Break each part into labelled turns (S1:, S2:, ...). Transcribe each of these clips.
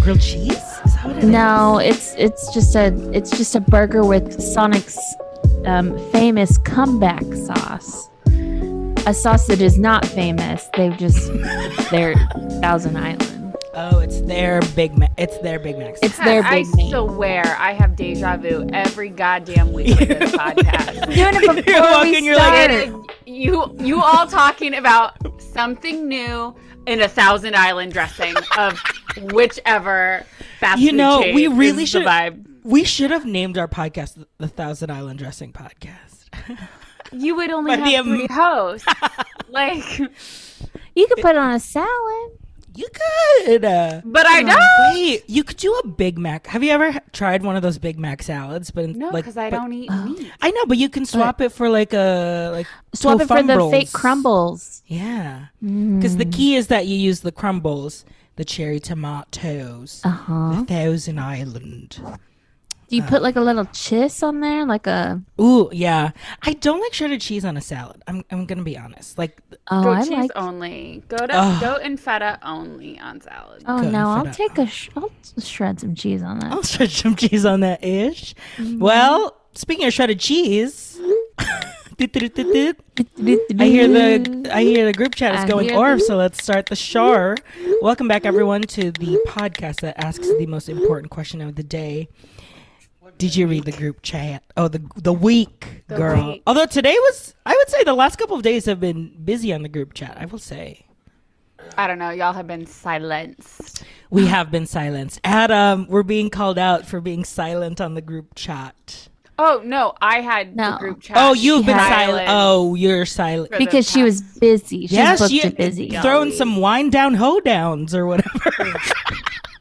S1: grilled cheese? Is that what it is?
S2: No, it's it's just a it's just a burger with Sonic's um, famous comeback sauce. A sauce that is not famous. They've just they're Thousand Island.
S1: Oh, it's their Big Mac. It's their Big Mac.
S2: It's their
S3: I
S2: big name.
S3: swear I have deja vu every goddamn week of this podcast.
S2: Doing it before
S1: You're
S2: we
S1: walking, you're like,
S2: started.
S3: You you all talking about something new in a Thousand Island dressing of whichever fast
S1: You
S3: food
S1: know,
S3: chain
S1: we
S3: is
S1: really
S3: the
S1: should-
S3: vibe.
S1: we should have named our podcast the Thousand Island Dressing Podcast.
S3: You would only
S1: Might be
S3: have
S1: a m-
S3: three hosts. like,
S2: you could put it on a salad.
S1: You could. Uh,
S3: but I don't.
S1: wait, you could do a Big Mac. Have you ever h- tried one of those Big Mac salads? But in,
S3: No,
S1: like,
S3: because I
S1: but- uh,
S3: don't eat meat.
S1: I know, but you can swap it for like a like
S2: Swap it for the fake Hmm.
S1: Tofumbrels.
S2: crumbles.
S1: Yeah, because the key is that you use the crumbles, the cherry tomatoes,
S2: Uh huh.
S1: the Thousand Island.
S2: Do you put like a little chiss on there, like a?
S1: Ooh, yeah. I don't like shredded cheese on a salad. I'm I'm gonna be honest. Like,
S2: Oh,
S3: Goat
S2: I
S3: cheese
S2: like.
S3: only. Goat,
S1: Ugh.
S3: goat and feta only on salad.
S2: Oh
S1: Good
S2: no,
S1: for
S2: I'll
S1: that.
S2: take a. Sh- I'll shred some cheese on that.
S1: I'll shred some cheese on that ish. Well, speaking of shredded cheese, I hear the I hear the group chat is
S2: I
S1: going
S2: hear
S1: off, so let's start the show. Welcome back everyone to the podcast that asks the most important question of the day. Did you read the group chat? Oh, the the week,
S3: The
S1: girl.
S3: week.
S1: Although today was, I would say the last couple of days have been busy on the group chat. I will say
S3: I don't know. Y'all have been silenced.
S1: we have been silenced. Adam, we're being called out for being silent on the group chat.
S3: Oh no, I had the
S2: No.
S3: group chat.
S1: Oh, you've been
S3: had-
S1: silent. Oh, you're silent.
S3: For the
S2: because she was busy. She
S1: Yes,
S2: booked
S1: you-
S2: it busy.
S1: Throwing some wine down hoedowns or whatever.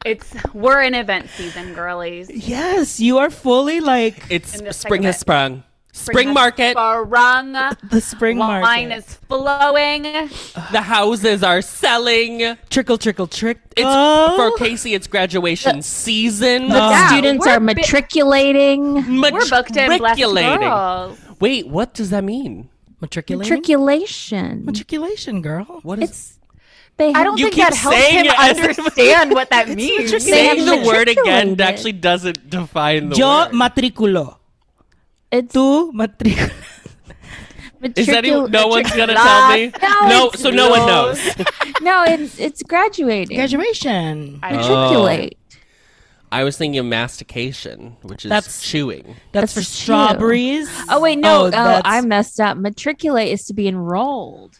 S3: It's we're in event season, girlies.
S1: yes, you are fully like
S4: It's
S3: In the thick
S4: spring
S3: of
S4: has
S3: it.
S4: sprung. Spring,
S3: has
S4: market.
S3: Sprung.
S1: the spring
S3: Wine
S1: market. Oh.
S3: is flowing.
S4: the houses are selling. It's
S1: trickle, trickle, trick. Oh,
S4: for Casey. It's graduation season.
S2: The
S1: Yeah,
S2: students
S3: we're
S2: are
S3: bi-
S2: matriculating.
S3: We're booked in blessed
S4: Matriculating.
S3: girls.
S4: Wait, what does that mean?
S1: matriculation.
S2: Matriculation.
S1: matriculation, girl.
S4: What is?
S2: It's they have
S3: I don't
S4: You
S3: think
S4: keep
S3: that helps him
S4: saying it as if-
S3: understand what that means.
S2: They
S4: saying
S2: have
S4: the word again
S2: matriculated.
S4: actually doesn't define the
S1: Yo
S4: word.
S1: matriculo.
S2: it's
S1: Tu matriculo.
S4: is that
S2: matricul-
S4: no one's gonna tell me?
S2: No,
S4: No,
S2: it's
S4: so no one knows.
S2: no, it's it's graduating.
S1: Graduation.
S3: I-
S2: Matriculate.
S4: I was thinking of mastication, which is
S1: That's-
S4: chewing.
S1: That's
S2: That's
S1: for
S2: a chew.
S1: strawberries.
S2: Oh wait, no, oh,
S1: that's-
S2: I messed up. Matriculate is to be enrolled,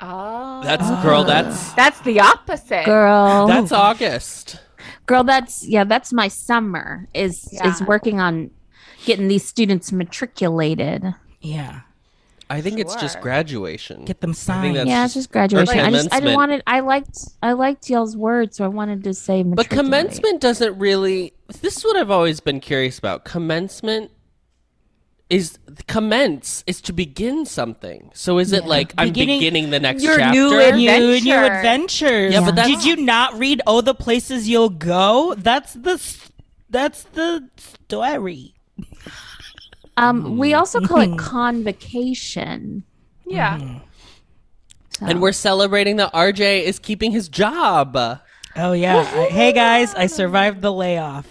S3: Oh,
S4: That's girl. That's
S3: that's the opposite.
S2: girl.
S1: Oh.
S4: that's August.
S2: girl, that's yeah, that's my summer. Is is
S3: Yeah.
S2: working on getting these students matriculated.
S1: yeah.
S4: I think it's just
S3: Sure.
S4: graduation.
S1: Get them
S4: I think
S1: signed.
S4: that's
S2: yeah, it's just graduation. I just I
S4: commencement.
S2: didn't wanted I liked I liked y'all's word, so I wanted to say
S4: But
S2: matriculate.
S4: commencement doesn't really. This is what I've always been curious about. Commencement is commence is to begin something. So is it like I'm
S1: Beginning-
S4: beginning, the next
S3: Your
S4: chapter?
S3: new
S1: new, new
S3: Adventure.
S1: adventures.
S4: Yeah, but that's-
S1: did you not read all the places you'll go? That's the s- that's the story.
S2: Um, we also call
S3: Mm-hmm.
S2: it convocation.
S3: Yeah.
S1: Mm.
S2: So.
S4: and we're celebrating that RJ is keeping his job.
S1: Oh yeah. I- hey guys, I survived the layoff.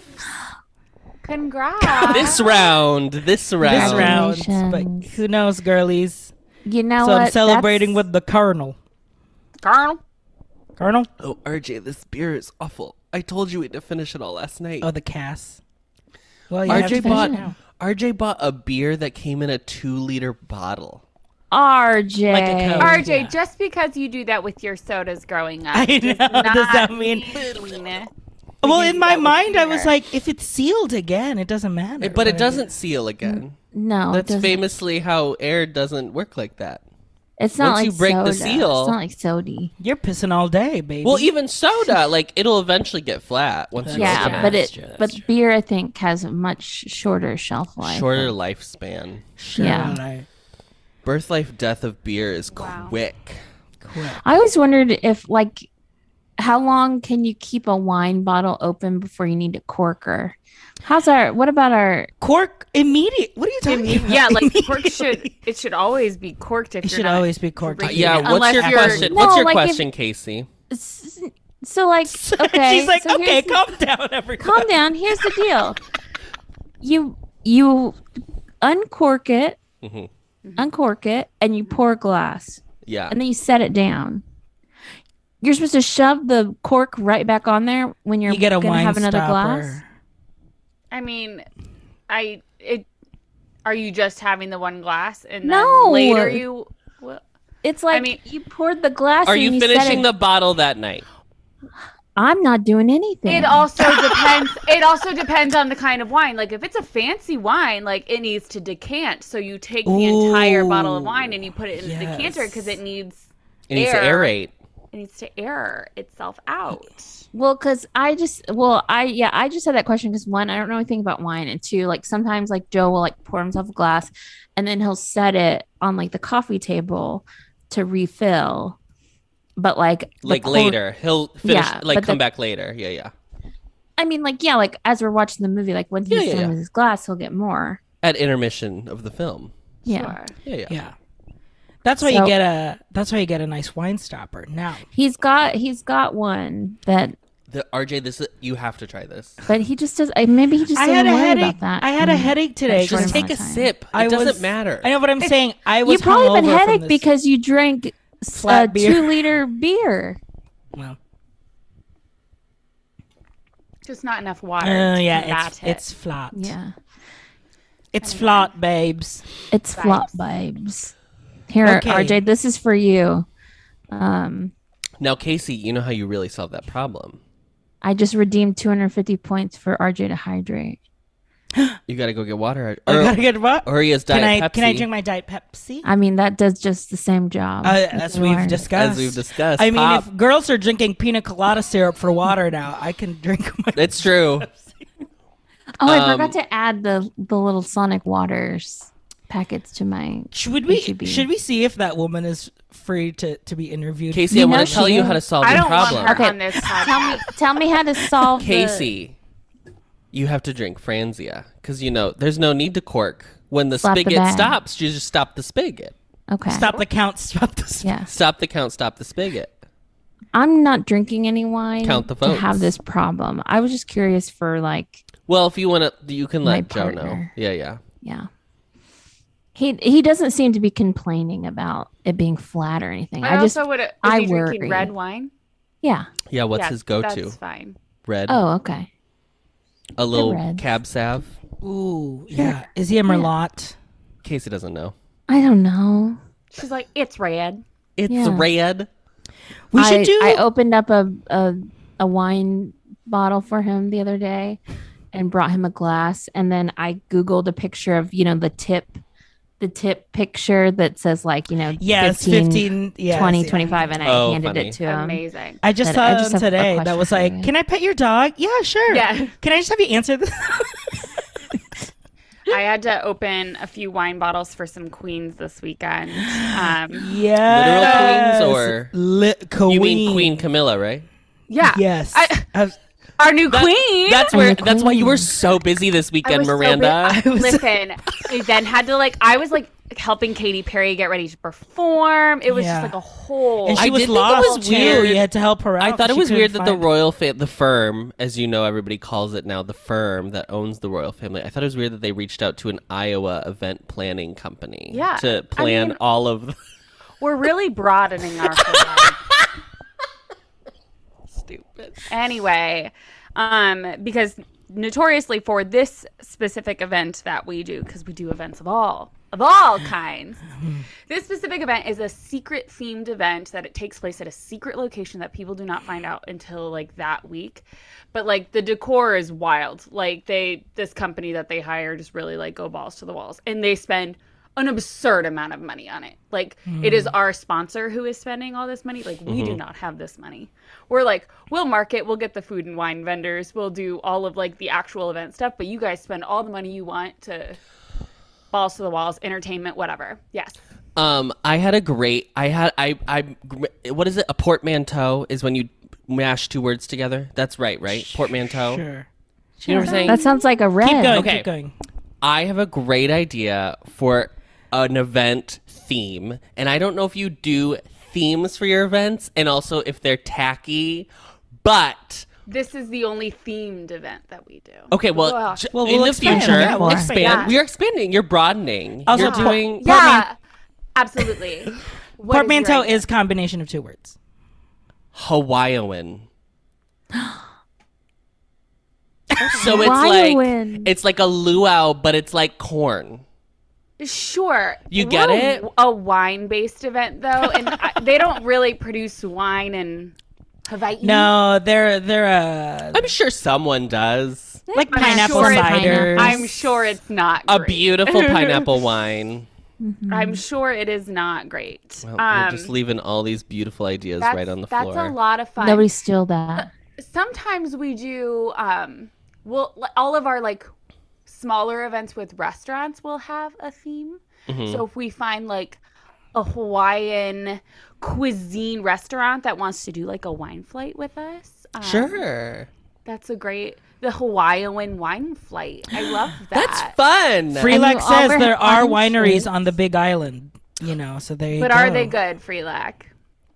S3: Congrats.
S4: This round, this round,
S1: This round, but
S2: Congratulations.
S1: who knows, girlies?
S2: you know
S1: So I'm
S2: what?
S1: celebrating
S2: That's-
S1: with the colonel.
S3: Girl.
S1: Colonel?
S4: Oh, RJ, this beer is awful. I told you we had to finish it all last night.
S1: Oh, the Cass. Well, you have to
S4: RJ
S1: finish
S4: bought
S1: it now.
S4: RJ bought a beer that came in a two-liter bottle.
S2: RJ.
S1: Like a coach.
S3: RJ,
S1: Yeah.
S3: just because you do that with your sodas growing up,
S1: I
S3: does
S1: know, does that
S3: not
S1: mean-
S3: mean-
S1: Well,
S3: do
S1: in my
S3: that with
S1: mind, I was
S3: beer.
S1: like, if it's sealed again, it doesn't matter.
S4: But it doesn't seal again.
S2: no,
S4: That's
S2: it doesn't-
S4: famously how air doesn't work like that.
S2: It's not
S4: once
S2: like
S4: you break the
S2: soda.
S4: seal-
S2: It's not like sody.
S1: You're pissing all day, baby.
S4: Well, even soda, like it'll eventually get flat once you
S2: Yeah,
S4: open
S2: but
S1: that's
S2: it
S1: true, that's
S2: but
S1: true.
S2: beer I think has a much shorter shelf life.
S4: Shorter lifespan.
S1: sure,
S2: yeah.
S1: right.
S4: Birth life death of beer is
S3: Wow.
S4: quick. Uh,
S2: I always wondered if like how long can you keep a wine bottle open before you need a corker? How's our what about our
S1: Cork immediate. What are you talking about?
S3: yeah, like cork
S1: Immediately.
S3: should it should always be corked if
S1: It
S3: you're
S1: should
S3: not-
S1: always be corked.
S3: drinking
S4: Uh, yeah,
S3: it.
S4: what's
S3: Unless
S4: your
S3: you're-
S4: question? what's
S2: No,
S4: your
S2: like if-
S4: question, Casey?
S2: s- So like, okay.
S1: She's like,
S2: so
S1: okay,
S2: here's the-
S1: calm down, everyone.
S2: calm down. Here's the deal. You you uncork it,
S4: Mhm.
S2: uncork it, and
S1: Mm-hmm.
S2: you pour glass,
S4: Yeah.
S2: and then you set it down. You're supposed to shove the cork right back on there when you're
S1: You get a
S2: gonna
S1: wine
S2: have another
S1: stopper.
S2: glass.
S3: I mean, I it. Are you just having the one glass and
S2: No.
S3: then later you? Well,
S2: It's like
S3: mean-
S2: you poured the glass.
S4: Are
S2: and
S4: you
S2: set
S4: finishing
S2: it-
S4: the bottle that night?
S2: I'm not doing anything.
S3: It also depends. It also depends on the kind of wine. Like if it's a fancy wine, like it needs to decant. So you take the entire bottle of
S1: Ooh,
S3: wine and you put it in the decanter because
S1: yes.
S3: it needs
S4: It needs to
S3: Air.
S4: aerate.
S3: it needs to air itself out.
S2: Well, because I just, well, I, yeah, I just had that question because one, I don't know anything about wine. And two, like sometimes like Joe will like pour himself a glass and then he'll set it on like the coffee table to refill. But like, the
S4: Like
S2: cor-
S4: later. He'll finish
S2: Yeah,
S4: like
S2: but
S4: come
S2: the-
S4: back later. Yeah, yeah.
S2: I mean, like, yeah, like as we're watching the movie, like when he's
S4: Yeah, yeah,
S2: done
S4: yeah.
S2: with his glass, he'll get more.
S4: At intermission of the film.
S2: Yeah.
S3: Sure.
S4: Yeah, yeah.
S1: Yeah. That's why you
S2: So-
S1: get a. That's why you get a nice wine stopper. Now,
S2: He's got, he's got one that,
S4: The RJ, this is, you have to try this.
S2: but he just does, I maybe he just
S1: I had
S2: doesn't
S1: a
S2: worry
S1: headache.
S2: about that.
S1: I had a
S4: Mm-hmm.
S2: Mm.
S1: headache today.
S2: short
S4: Just
S1: because
S2: amount
S4: take a
S2: of time.
S4: sip. It
S1: I
S4: doesn't
S1: was-
S4: matter.
S1: I know what I'm saying. I was
S2: You probably have
S1: hungover
S2: a
S1: from
S2: headache
S1: this-
S2: because you drank s-
S1: Flat
S2: a
S1: beer.
S2: two liter beer.
S1: Well,
S3: Just not enough water.
S1: uh,
S3: to
S1: yeah,
S3: combat
S1: it's,
S3: it.
S1: it's flat.
S2: Yeah.
S1: It's flat, babes.
S2: It's flop vibes. Here,
S1: Okay.
S2: RJ, this is for you. Um,
S4: Now, Casey, you know how you really solve that problem.
S2: I just redeemed 250 points for RJ to hydrate.
S4: You got to go get water.
S1: I
S4: Or,
S1: gotta get what?
S4: or he has Diet
S1: Can I
S4: Pepsi.
S1: can I drink my diet Pepsi?
S2: I mean, that does just the same job.
S1: Uh,
S2: with
S1: as
S2: the
S1: we've
S2: water.
S1: discussed.
S4: As we've discussed.
S1: I mean,
S4: Pop.
S1: if girls are drinking pina colada syrup for water now, I can drink my.
S4: It's true.
S2: Oh, I
S4: um,
S2: forgot to add the the little Sonic Waters packets to my.
S1: Should we
S2: should be.
S1: should we see if that woman is free to to be interviewed?
S4: Casey,
S2: You
S4: I want
S2: know
S4: to tell
S2: she
S4: you
S2: is.
S4: how to solve
S3: I
S4: the
S3: don't want
S4: problem.
S3: her
S2: Okay.
S3: on this podcast.
S2: Tell me, tell me how to solve the-
S4: Casey, you have to drink Franzia because you know there's no need to cork when the
S2: Slap the
S4: spigot
S2: bag.
S4: stops. You just stop the spigot.
S2: okay.
S1: stop the count. Stop the.
S2: Yeah,
S4: Stop the count. Stop the spigot.
S2: I'm not drinking any wine.
S4: Count the
S2: to have
S4: votes.
S2: this problem. I was just curious for like
S4: Well, if you want to, you can
S2: My
S4: let Joe know.
S2: partner.
S4: Yeah, yeah.
S2: Yeah. He he doesn't seem to be complaining about it being flat or anything.
S3: I,
S2: I, just
S3: also would. Is
S2: I
S3: he drinking
S2: worry.
S3: red wine?
S2: yeah.
S4: Yeah, what's
S3: Yeah,
S4: his go-to?
S3: That's fine.
S4: Red.
S2: Oh, okay.
S4: a little
S2: reds.
S4: cab sav.
S1: Ooh, yeah. Is he a merlot?
S4: Casey doesn't know.
S2: I don't know.
S3: She's like, it's red.
S4: It's
S2: Yeah.
S4: red.
S1: We should
S2: I,
S1: do.
S2: I opened up a, a a wine bottle for him the other day and brought him a glass and then I googled a picture of, you know, the tip the tip picture that says like, you know,
S1: yes,
S2: 15,
S1: fifteen. Yes,
S2: 20,
S1: yeah.
S2: 25 and I
S4: Oh,
S2: handed
S4: funny.
S2: it to him.
S3: Amazing.
S1: I just
S2: That- I
S1: saw
S2: just
S1: him
S2: have a
S1: today. That
S2: question
S1: was
S2: for
S1: like,
S2: you.
S1: can I pet your dog? Yeah, sure.
S3: Yeah.
S1: Can I just have you answer this?
S3: I had to open a few wine bottles for some queens this weekend. Um,
S1: yes.
S4: or-
S1: Li- queen?
S4: You mean Queen Camilla, right?
S3: yeah.
S1: Yes.
S3: I-
S1: I was-
S3: Our new
S4: That-
S3: queen.
S4: That's
S2: I'm
S4: where.
S2: the
S4: That's why you were
S2: queen.
S4: so busy this
S3: I
S4: weekend,
S3: was so
S4: Miranda.
S3: bu- Listen, we then had to like I was like helping Katy Perry get ready to perform. It was
S1: Yeah.
S3: just like a whole.
S1: and she
S4: I
S1: was
S4: did think it
S1: lost
S4: was
S1: too.
S4: weird.
S1: You had to help her out.
S4: I thought it
S1: She
S4: was
S1: couldn't
S4: weird that the
S1: find-
S4: royal fa- the firm, as you know, everybody calls it now, the firm that owns the royal family. I thought it was weird that they reached out to an Iowa event planning company
S3: Yeah,
S4: to
S3: I
S4: plan
S3: mean-
S4: all of. The-
S3: We're really broadening our. horizon.
S4: Stupid.
S3: anyway, um, because notoriously for this specific event that we do, because we do events of all of all kinds, this specific event is a secret themed event that it takes place at a secret location that people do not find out until like that week. But like the decor is wild. Like they this company that they hire just really like go balls to the walls, and they spend an absurd amount of money on it. Like it is our sponsor who is spending all this money. Like we do not have this money. We're like, we'll market, we'll get the food and wine vendors, we'll do all of like the actual event stuff, but you guys spend all the money you want to balls to the walls, entertainment, whatever. Yes.
S4: Um, I had a great. I had. I. I. What is it? A portmanteau is when you mash two words together. That's right. Right. Portmanteau.
S1: Sure.
S4: You know what I'm saying?
S2: That sounds like a red.
S1: Keep going.
S4: Okay.
S1: Keep going.
S4: I have a great idea for an event theme, and I don't know if you do themes for your events, and also if they're tacky, But
S3: This is the only themed event that we do.
S4: okay, well,
S3: Well,
S4: j-
S1: well,
S4: in
S1: we'll
S4: the
S1: expand.
S4: future,
S1: Yeah, we'll
S4: expand.
S3: expand.
S4: We are expanding. You're broadening.
S1: Also,
S4: You're
S1: po-
S4: doing.
S3: Yeah, absolutely. What is
S1: Portmanteau
S3: your idea? Mm-hmm.
S1: is combination of two words.
S4: Hawaiian. so it's
S2: Hawaiian.
S4: like it's like a luau, but it's like corn.
S3: Sure.
S4: You get
S3: We're
S4: it?
S3: A, a wine-based event, though, and I, they don't really produce wine in Hawaii.
S1: No, they're they're uh,
S4: I'm sure someone does.
S1: like
S3: I'm
S1: pineapple
S3: sure it-
S1: cider.
S3: I'm sure it's not
S4: A
S3: great.
S4: beautiful pineapple wine.
S3: I'm sure it is not great. Um,
S4: Well, we're just leaving all these beautiful ideas
S3: that's,
S4: right on the
S3: that's
S4: floor.
S3: a lot of fun.
S2: Nobody steal that.
S3: Sometimes we do. Um, we'll li- all of our like smaller events with restaurants will have a theme. So if we find like a Hawaiian cuisine restaurant that wants to do like a wine flight with us, um,
S4: Sure.
S3: that's a great the Hawaiian wine flight. I love
S4: That's
S3: that.
S4: fun.
S1: Freelak
S2: And you
S1: says
S2: offer
S1: there are
S2: Hawaiian
S1: wineries
S2: shrimp.
S1: on the Big Island. You know, so there you
S3: but
S1: go.
S3: are they good, Freelac?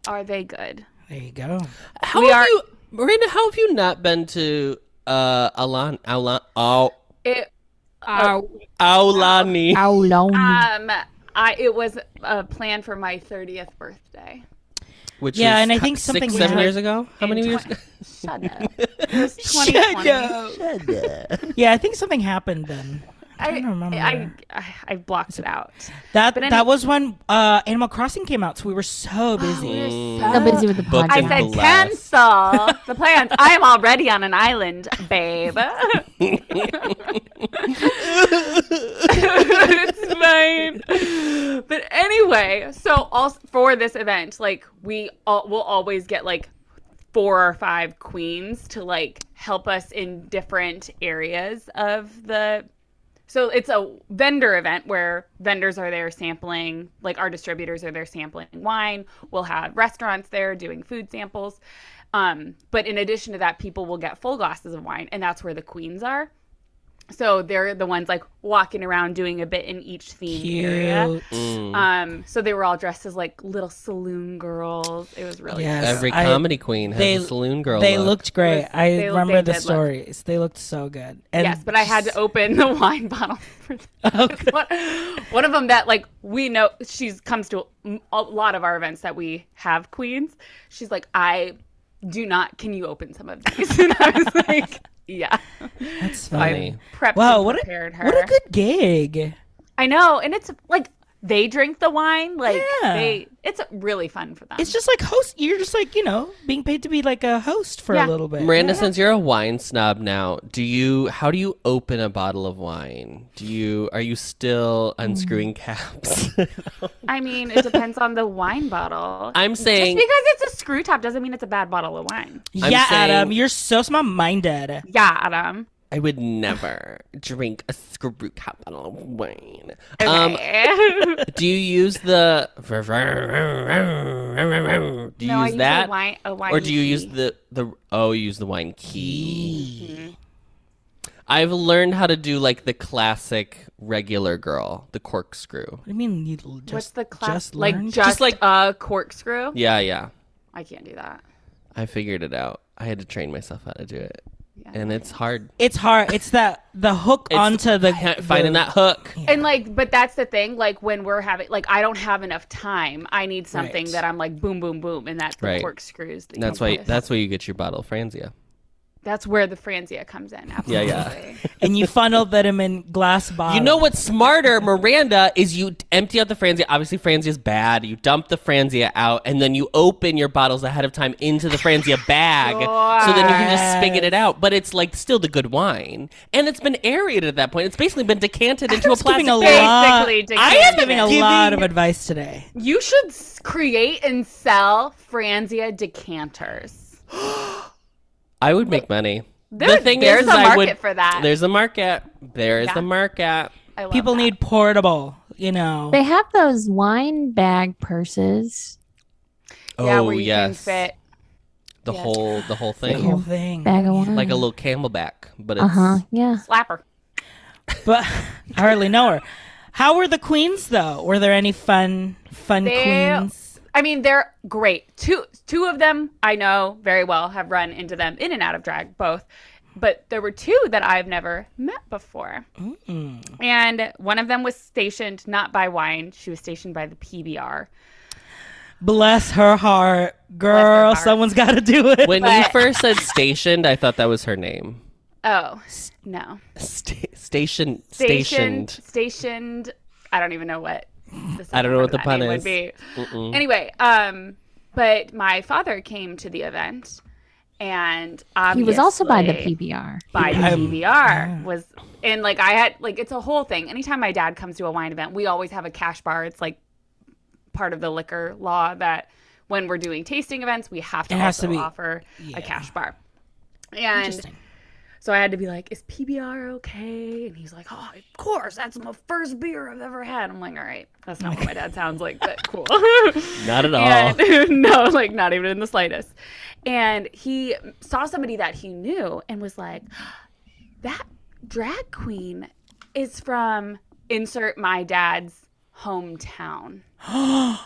S3: Are they good?
S1: There you go.
S4: How
S3: We
S4: have
S3: are-
S4: you, Miranda? How have you not been to uh, Alan, Alan, Au,
S3: It. Uh,
S4: Aulani?
S2: How long?
S1: Uh,
S3: um, I it was a plan for my thirtieth birthday.
S4: Which
S1: Yeah,
S4: was
S1: and I
S4: cu-
S1: think something
S4: six,
S1: we
S4: seven
S1: had
S4: years ago. How many years? ago?
S3: Shut up. It was 2020.
S1: Yeah, I think something happened then.
S3: I,
S1: don't remember.
S3: I, I, I blocked it out.
S1: That
S3: But any- Oh,
S1: that was when uh, Animal Crossing came out, so we were so busy.
S4: Mm,
S2: so busy with the
S4: Book
S2: podcast.
S3: I
S4: Yeah.
S3: said
S4: Blast.
S3: cancel the plans. I am already on an island, babe. it's fine. But anyway, so also for this event, like we all, will always get like four or five queens to like help us in different areas of the so it's a vendor event where vendors are there sampling, like our distributors are there sampling wine. We'll have restaurants there doing food samples. Um, but in addition to that, people will get full glasses of wine, and that's where the queens are. So they're the ones like walking around doing a bit in each theme area.
S1: Cute.
S4: Mm.
S3: Um, so they were all dressed as like little saloon girls. It was really
S1: Yes.
S4: Every
S1: I-
S4: comedy queen has
S1: they-
S4: a saloon girl.
S1: They
S4: look.
S1: looked great.
S3: Was-
S1: I
S3: they-
S1: remember
S3: they
S1: the
S3: did look-
S1: stories. They looked so good. And
S3: yes, but I had to open the wine bottle. For one, one of them that like we know she's comes to a a lot of our events that we have queens. She's like, I do not. Can you open some of these? And I was like, Yeah.
S1: That's
S4: funny.
S1: funny.
S3: Prepped
S1: Wow,
S3: and
S1: what a,
S3: prepared her.
S1: what a good gig.
S3: I know, and it's like they drink the wine. Like
S1: Yeah.
S3: they, it's really fun for them.
S1: It's just like host. You're just like you know being paid to be like a host for
S3: Yeah.
S1: a little bit.
S4: Miranda, since you're a wine snob now, do you? How do you open a bottle of wine? Do you? Are you still
S3: Mm.
S4: unscrewing caps?
S3: I mean, it depends on the wine bottle.
S4: I'm saying.
S3: just because it's a screw top doesn't mean it's a bad bottle of wine.
S1: yeah,
S4: I'm saying-
S1: Adam, you're so small minded.
S3: Yeah, Adam.
S4: I would never drink a screw cap bottle of wine. Um,
S3: Okay.
S4: do you use the? Do you
S3: No, I
S4: use
S3: use a
S4: that,
S3: wine- a E.
S4: or do you
S3: wine
S4: use
S3: key.
S4: the the? Oh, you use the wine key.
S3: Mm-hmm.
S4: I've learned how to do like the classic regular girl, the corkscrew.
S1: What do you mean you l- just
S3: What's the class
S1: just
S3: like?
S1: learned?
S3: Just, like a corkscrew.
S4: Yeah, yeah.
S3: I can't do that.
S4: I figured it out. I had to train myself how to do it, and it's hard.
S1: it's hard. It's that the hook
S4: It's
S1: onto the
S4: ha- finding that hook.
S3: And like, but that's the thing. Like when we're having, like, I don't have enough time. I need something
S1: Right.
S3: that I'm like, boom, boom, boom, and that's the
S4: Right.
S3: corkscrews. that you
S4: That's
S3: can
S4: why.
S3: use.
S4: That's why you get your bottle of Franzia.
S3: that's where the franzia comes in.
S4: Yeah,
S3: Absolutely.
S4: yeah.
S1: and you funnel them in glass bottles.
S4: You know what's smarter, Miranda, is you empty out the Franzia. Obviously, Franzia's bad. You dump the Franzia out, and then you open your bottles ahead of time into the Franzia bag. So then you can just spigot it out. But it's like still the good wine. And it's been aerated at that point. It's basically been decanted into a
S1: Adam's
S4: plastic
S1: giving a
S4: bag.
S1: lot.
S3: Basically dictated
S1: I am giving a
S4: it.
S1: lot of
S4: Giving-
S1: advice today.
S3: You should s- create and sell franzia decanters.
S4: I would make money.
S3: There- there's
S4: a
S3: a market for that.
S4: There's a market. There is
S3: Yeah.
S4: a market.
S3: I love
S1: People
S3: that.
S1: need portable. You know.
S2: They have those wine bag purses,
S3: yeah,
S4: oh
S3: where you
S4: yes,
S3: can fit.
S4: the
S3: yes.
S4: whole the whole
S1: the
S4: thing,
S1: whole thing.
S2: bag of wine.
S4: like a little camelback, but it's
S2: Uh
S1: Uh-huh.
S2: huh. Yeah.
S3: Slapper.
S1: But I hardly know her. How were the queens though? Were there any fun fun
S3: They-
S1: queens?
S3: I mean, they're great. Two two of them I know very well have run into them in and out of drag both, but there were two that I've never met before.
S4: Mm.
S3: And one of them was stationed not by wine; she was stationed by the PBR.
S1: Bless her heart, girl.
S3: heart.
S1: Someone's got to do it.
S4: When you
S3: But-
S4: first said stationed, I thought that was her name.
S3: Oh no,
S4: Sta- station,
S3: stationed,
S4: stationed.
S3: stationed. I don't even know what.
S4: I don't know what the pun
S3: name
S4: is.
S3: Would be. Anyway, um, but my father came to the event, and
S2: He was also by the
S3: obviously-
S2: PBR.
S3: by
S1: Yeah.
S3: PBR was and like I had like it's a whole thing. Anytime my dad comes to a wine event, we always have a cash bar. It's like part of the liquor law that when we're doing tasting events, we have to
S1: It has
S3: also
S1: to be-
S3: offer
S1: Yeah.
S3: a cash bar. And
S1: Interesting.
S3: so I had to be like, "Is PBR okay?" And he's like, "Oh, of course. That's my first beer I've ever had." I'm like, "All right, that's not what my dad sounds like, but cool."
S4: Not at all.
S1: Oh.
S3: And, no, like not even in the slightest. And he saw somebody that he knew and was like, that drag queen is from insert my dad's hometown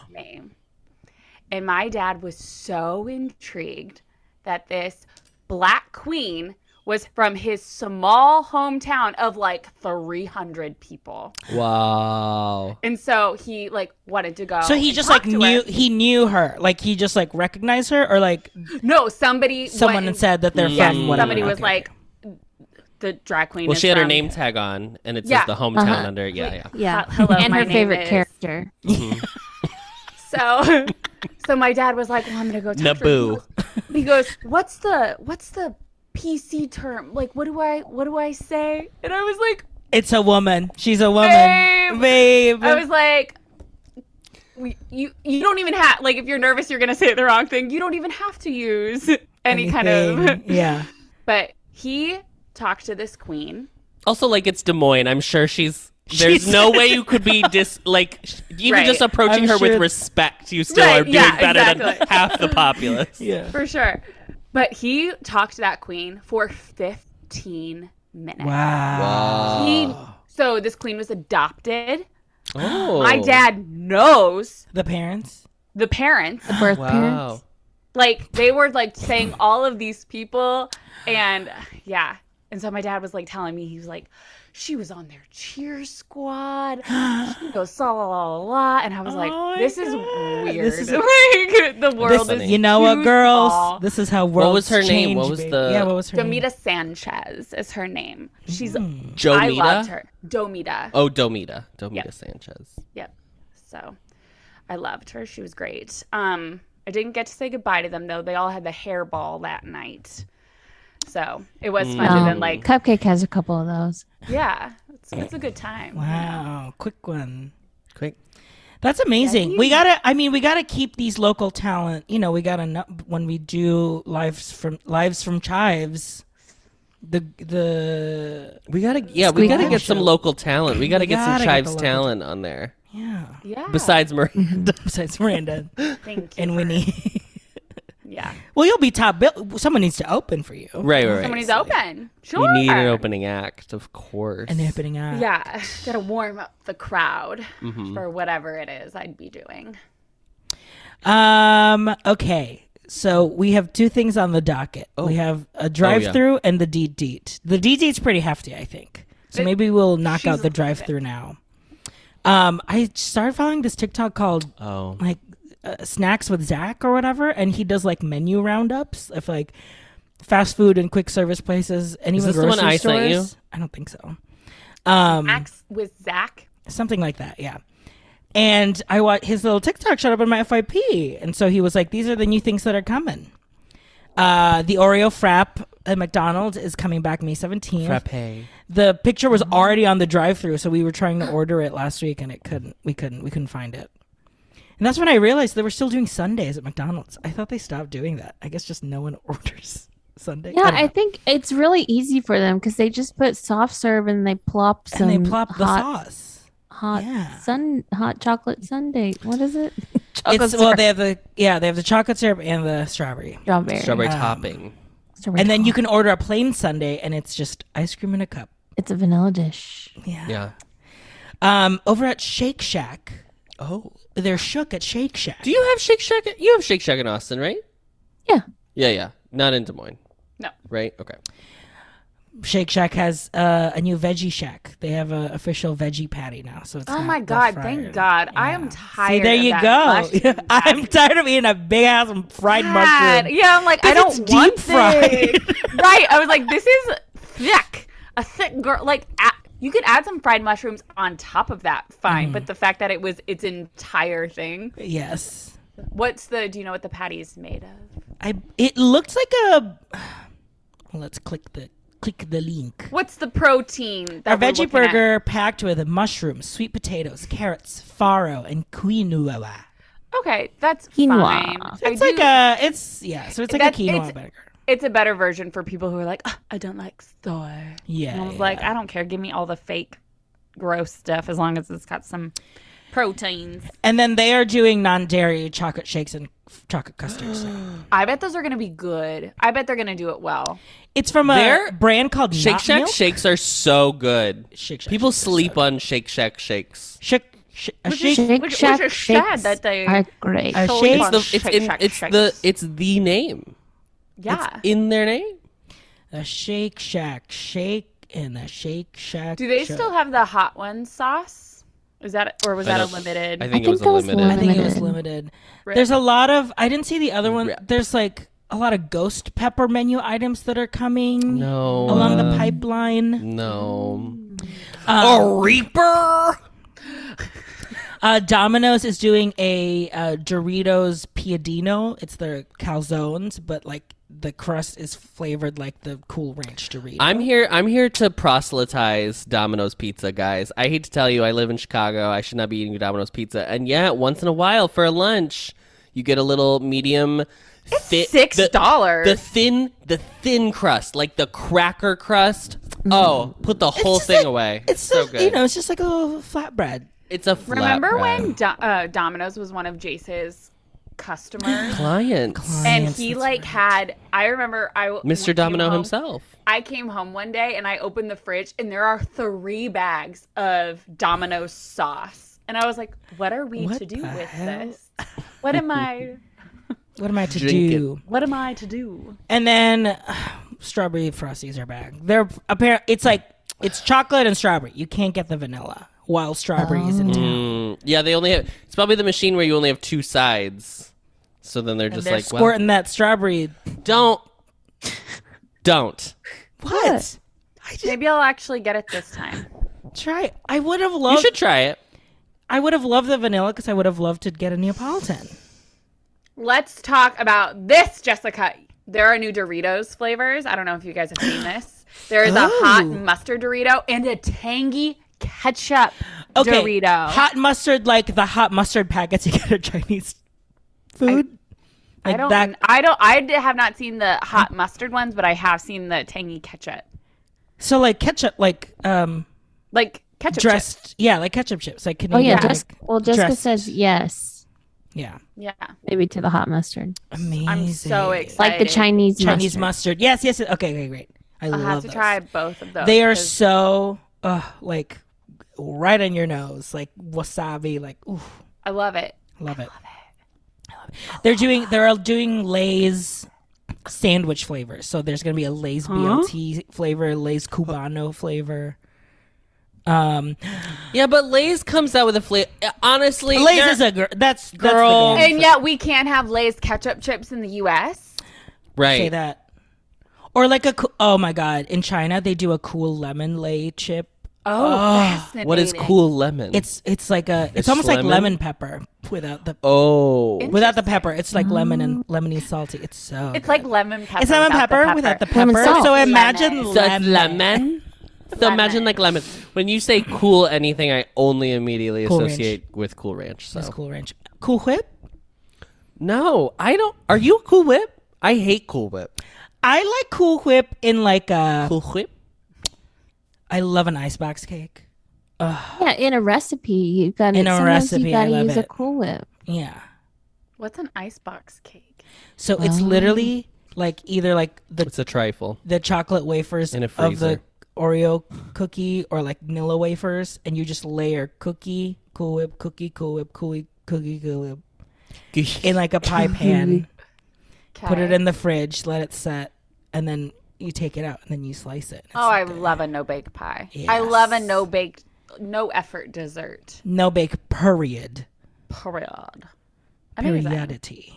S3: name. And my dad was so intrigued that this black queen was from his small hometown of like 300 people.
S4: Wow.
S3: And so he like wanted to go.
S1: So he
S3: and
S1: just
S3: talk
S1: like
S3: to her.
S1: knew he knew her, like he just like recognized her, or like
S3: No, somebody.
S1: someone
S3: went-
S1: said that
S4: Mm.
S1: they're
S3: Yes,
S1: from.
S3: somebody
S1: whatever.
S3: was
S1: Okay,
S3: like, the drag queen.
S4: Well,
S3: is
S4: she had her
S3: from-
S4: name tag on, and it says
S3: Yeah.
S4: the hometown
S2: Uh-huh.
S4: under. Yeah, yeah.
S2: Yeah.
S3: Uh, hello,
S2: and
S3: my
S2: her
S3: name
S2: favorite
S3: is-
S2: character.
S3: So, so my dad was like, "Well, I'm gonna go talk
S4: Naboo.
S3: to her." He goes- He goes, "What's the what's the PC term? Like, what do I what do I say?" And I was like,
S1: It's a woman. She's a woman,
S3: Babe.
S1: babe.
S3: I was like. We, you you don't even have like if you're nervous you're gonna say the wrong thing you don't even have to use any kind of
S1: Anything. yeah.
S3: but he talked to this queen
S4: Also, like it's Des Moines. I'm sure she's. There's
S1: She's-
S4: no way you could be dis like sh- even
S3: Right.
S4: just approaching
S1: I'm
S4: her
S1: sure-
S4: with respect. You still
S3: Right,
S4: are doing
S3: yeah,
S4: better than
S3: exactly.
S4: half the populace.
S1: Yeah.
S3: for sure but he talked to that queen for 15 minutes
S1: Wow.
S3: He,
S1: Ah.
S3: so this queen was adopted.
S4: Oh,
S3: My dad knows
S1: The parents.
S3: the parents.
S2: Birth
S4: Oh. Wow.
S2: parents.
S3: Like they were like saying all of these people, and yeah. And so my dad was like telling me he was like, she was on their cheer squad. She goes la la la la, la, and I was
S1: Oh my
S3: like, this is
S1: God.
S3: weird.
S1: This is-
S3: like the world
S1: This-
S3: is.
S1: you know what,
S3: too
S1: girls?
S3: small.
S1: This is how worlds
S4: was her name?
S1: change,
S4: What was
S1: babe.
S4: the-
S1: Yeah. What was her name?
S3: Domita Sanchez is her name. She's
S1: Mm.
S4: Jomita.
S3: I loved her. Domita.
S4: Oh, Domita. Domita
S3: Yep.
S4: Sanchez.
S3: Yep. So I loved her. She was great. Um, I didn't get to say goodbye to them though. They all had the hairball that night. So it was fun to then
S2: Um,
S3: like
S2: Cupcake has a couple of those.
S3: yeah. It's, it's a good time.
S1: Wow. Quick one.
S4: Quick.
S1: That's amazing. we gotta. I mean, we gotta keep these local talent. You know, we gotta know when we do lives from lives from chives. The the
S4: We gotta yeah. We
S2: Squeak
S4: gotta
S2: out.
S4: get some local talent. We gotta
S1: We
S4: get
S1: gotta get
S4: some
S1: the
S4: Chives
S1: local
S4: talent on there.
S1: yeah.
S3: Yeah.
S4: Oh. Besides
S1: Mm-hmm.
S4: Miranda.
S1: Besides Miranda
S3: Thank you.
S1: and Winnie.
S3: Yeah.
S1: well, you'll be top bill. Someone needs to open for you.
S4: right, right, right.
S3: Somebody's
S4: So
S3: open. Sure.
S4: We need an opening act, of course.
S1: An opening act.
S3: Yeah. Gotta warm up the crowd
S1: Mm-hmm.
S3: for whatever it is I'd be doing.
S1: Um. Okay. So we have two things on the docket.
S4: Oh.
S1: We have a drive-through and the deed deet. The deed deet's pretty hefty, I think. So maybe we'll knock out the drive-through now. Um, I started following this TikTok called
S4: oh,
S1: like uh, snacks with Zach or whatever, and he does like menu roundups of like fast food and quick service places. And even
S4: this the one
S1: grocery
S4: I
S1: stores.
S4: sent you?
S1: I don't think so. Um,
S3: Axe with Zach.
S1: something like that. Yeah. And I watched his little TikTok showed up in my FYP, and so he was like, "These are the new things that are coming." Uh, the Oreo frap at McDonald's is coming back May seventeenth.
S4: frappe.
S1: The picture was already on the drive-through, so we were trying to order it last week, and it couldn't. We couldn't. We couldn't find it. And that's when I realized they were still doing Sundays at McDonald's. I thought they stopped doing that. I guess just no one orders Sunday.
S2: Yeah,
S1: I don't
S2: I
S1: know.
S2: think it's really easy for them because they just put soft serve and they plop some
S1: and they plop the
S2: hot,
S1: sauce.
S2: hot
S1: Yeah.
S2: sun, hot chocolate sundae. What is it? chocolate
S1: It's, well,
S2: syrup.
S1: they have the yeah, they have the chocolate syrup and the strawberry.
S2: strawberry.
S4: Strawberry topping.
S2: Strawberry
S1: And then you
S2: top.
S1: can order a plain sundae, and it's just ice cream in a cup.
S2: It's a vanilla dish.
S1: Yeah.
S4: Yeah.
S1: Um, over at Shake Shack,
S4: Oh.
S1: they're shook at Shake Shack.
S4: Do you have Shake Shack? You have Shake Shack in Austin, right?
S2: Yeah.
S4: Yeah, yeah. Not in Des Moines,
S3: No.
S4: right? Okay.
S1: Shake Shack has uh, a new Veggie Shack. They have an official veggie patty now. So it's
S3: Oh
S1: not
S3: my
S1: the
S3: God!
S1: fried.
S3: Thank God. I am tired.
S1: See, there
S3: of
S1: you
S3: that
S1: go.
S3: mushroom
S1: I'm tired of eating a big ass fried
S3: God.
S1: mushroom.
S3: Yeah, I'm like, I
S1: 'Cause it's
S3: don't want
S1: deep fried.
S3: this. right. I was like, this is thick. A thick girl. Like, a you could add some fried mushrooms on top of that,
S1: Mm-hmm.
S3: fine. But the fact that it was its entire thing.
S1: Yes.
S3: What's the? Do you know what the patty is made of?
S1: I it looks like a well, let's click the click the link.
S3: What's the protein? That
S1: Our
S3: we're
S1: veggie
S3: looking at?
S1: burger packed with mushrooms, sweet potatoes, carrots, farro, and quinoa.
S3: Okay, that's
S2: Quinoa.
S3: fine. I
S1: It's like
S3: do-
S1: a it's yeah, so it's like
S3: That's-
S1: a quinoa
S3: it's-
S1: burger.
S3: It's a better version for people who are like, "Ugh, I don't like soy.
S1: Yeah.
S3: And I was
S1: yeah.
S3: like, I don't care. Give me all the fake, gross stuff as long as it's got some proteins.
S1: and then they are doing non-dairy chocolate shakes and f- chocolate custards. now.
S3: I bet those are going to be good. I bet they're going to do it well.
S1: it's from a
S4: Their
S1: brand called
S4: Shake
S1: Not
S4: Shack
S1: Milk?
S4: shakes are so good.
S1: Shake Shack
S4: People
S1: shakes are
S4: sleep on Shake Shack shakes.
S1: Shake sh- a
S3: Which is-
S1: shake
S2: Shake
S3: which is
S2: Shack
S3: sad
S2: shakes
S3: that they-
S2: are great.
S1: I-
S3: Totally
S1: shake-
S3: fun.
S4: The- it's
S3: Shake
S4: in,
S3: Shack
S4: it's
S3: shakes.
S4: the it's the name
S3: yeah.
S4: in their name.
S1: a Shake Shack shake and a Shake Shack.
S3: do they
S1: shake.
S3: still have the hot one sauce? Is that or was
S4: I
S3: that a
S4: don't-
S3: limited?
S4: I think it
S2: think
S4: was
S2: that was
S4: eliminated.
S1: I think it was
S2: Limited.
S1: limited.
S3: Rip.
S1: There's a lot of I didn't see the other one.
S4: Rip.
S1: There's like a lot of ghost pepper menu items that are coming
S4: No.
S1: along
S4: uh,
S3: Um,
S1: the pipeline.
S4: No.
S1: Um,
S4: a reaper.
S1: uh, Domino's is doing a uh, Doritos Piadino. It's their calzones, but like the crust is flavored like the Cool Ranch Dorito.
S4: I'm here. I'm here to proselytize Domino's Pizza, guys. I hate to tell you, I live in Chicago. I should not be eating Domino's Pizza, and yeah, once in a while for a lunch, you get a little medium. thi-
S3: Six
S4: the-
S3: dollars.
S4: The thin, the thin crust, like the cracker crust. Oh, put the whole
S1: just
S4: thing
S1: like-
S4: away.
S1: it's
S4: so
S1: just-
S4: good.
S1: you know, it's just like a little flatbread.
S4: it's a flat
S3: Remember
S4: bread.
S3: when Do- uh, Domino's was one of Jace's customers?
S4: clients,
S3: And
S1: Yes,
S3: he
S1: that's
S3: like
S1: right.
S3: had. I remember I
S4: Mr.
S3: came
S4: Domino
S3: home-
S4: himself?
S3: I came home one day and I opened the fridge and there are three bags of Domino's sauce, and I was like, "What are we
S1: What
S3: to do
S1: the
S3: with
S1: hell?
S3: this? What am I?
S1: What am I to
S4: Drink it.
S1: do?
S3: What am I to do?"
S1: And then strawberry frosties are back. They're apparent. It's like it's chocolate and strawberry. You can't get the vanilla while strawberry is in town.
S4: Mm, yeah, they only have. It's probably the machine where you only have two sides. So then they're just
S1: They're
S4: like, well,
S1: squirting that strawberry.
S4: don't, don't.
S1: What?
S3: Maybe I'll actually get it this time.
S1: Try. I would have
S4: You
S1: loved.
S4: should try it.
S1: I would have loved the vanilla because I would have loved to get a Neapolitan.
S3: Let's talk about this, Jessica. There are new Doritos flavors. I don't know if you guys have seen this. There is a hot
S1: Oh.
S3: mustard Dorito and a tangy ketchup
S1: Okay.
S3: Dorito.
S1: Hot mustard, like the hot mustard packets you get at Chinese food.
S3: I
S1: like
S3: don't.
S1: that.
S3: I don't. I d- have not seen the hot mustard ones, but I have seen the tangy ketchup,
S1: So like ketchup, like um
S3: like ketchup. chips.
S1: dressed. Yeah, like ketchup chips. Like
S2: oh yeah,
S1: Canadian,
S2: Jes-
S1: like,
S2: well Jessica
S1: dressed-
S2: says yes,
S1: Yeah.
S3: Yeah,
S2: maybe to the hot mustard,
S1: Amazing.
S3: I'm so excited.
S2: like the Chinese
S1: Chinese
S2: mustard.
S1: mustard. Yes, yes. yes. Okay, okay, great. I
S3: I'll
S1: love
S3: have to
S1: those.
S3: try both of those.
S1: They are
S3: 'cause
S1: so uh, like right on your nose, like wasabi. Like, ooh,
S3: I love it.
S1: love it. I love it. They're doing. They're all doing Lay's sandwich flavors. So there's gonna be a Lay's BLT flavor, Lay's Cubano flavor. Um,
S4: Yeah, but Lay's comes out with a flavor. Honestly,
S1: Lay's
S4: they're-
S1: is a gr- that's
S4: Girl.
S1: That's the
S3: And
S1: game.
S3: yet we can't have Lay's ketchup chips in the U.S.
S4: right.
S1: Say that. Or like a coo- oh my god in China they do a cool lemon lay chip.
S3: Oh,
S4: What is
S3: fascinating.
S4: cool lemon?
S1: It's it's like a it's,
S4: It's
S1: almost like
S4: lemon?
S1: lemon pepper without the
S4: oh,
S1: without the pepper. It's like lemon and lemony salty. It's so.
S3: It's
S1: good.
S3: like lemon pepper.
S1: it's lemon
S3: without
S1: pepper, without the pepper.
S2: Lemon salt.
S1: So imagine
S3: Lemon.
S4: so it's
S1: lemon.
S4: lemon. So imagine
S3: Lemon.
S4: like lemon. When you say cool anything, I only immediately
S1: Cool Ranch.
S4: associate with Cool Ranch. So
S1: It's Cool Ranch. Cool Whip.
S4: no, I don't. Are you a Cool Whip? I hate Cool Whip.
S1: I like Cool Whip in like a.
S4: Cool Whip.
S1: I love an icebox cake.
S2: Yeah, in a recipe you got to
S1: In a
S2: sometimes
S1: recipe,
S2: you
S1: I
S2: got to
S1: love
S2: use a
S1: it.
S2: Cool Whip.
S1: Yeah.
S3: What's an icebox cake?
S1: So it's literally like either like the
S4: It's a trifle.
S1: the chocolate wafers
S4: In a
S1: of the
S4: freezer.
S1: Oreo cookie or like Nilla wafers, and you just layer cookie, Cool Whip, cookie, Cool Whip, Cool Whip, cookie glue in like a pie pan. Put it in the fridge, let it set, and then you take it out and then you slice it. It's
S3: Oh, I
S1: like a
S3: love a no bake pie. I love a no baked, no effort dessert.
S1: no bake period.
S3: Period. Amazing.
S1: Periodity.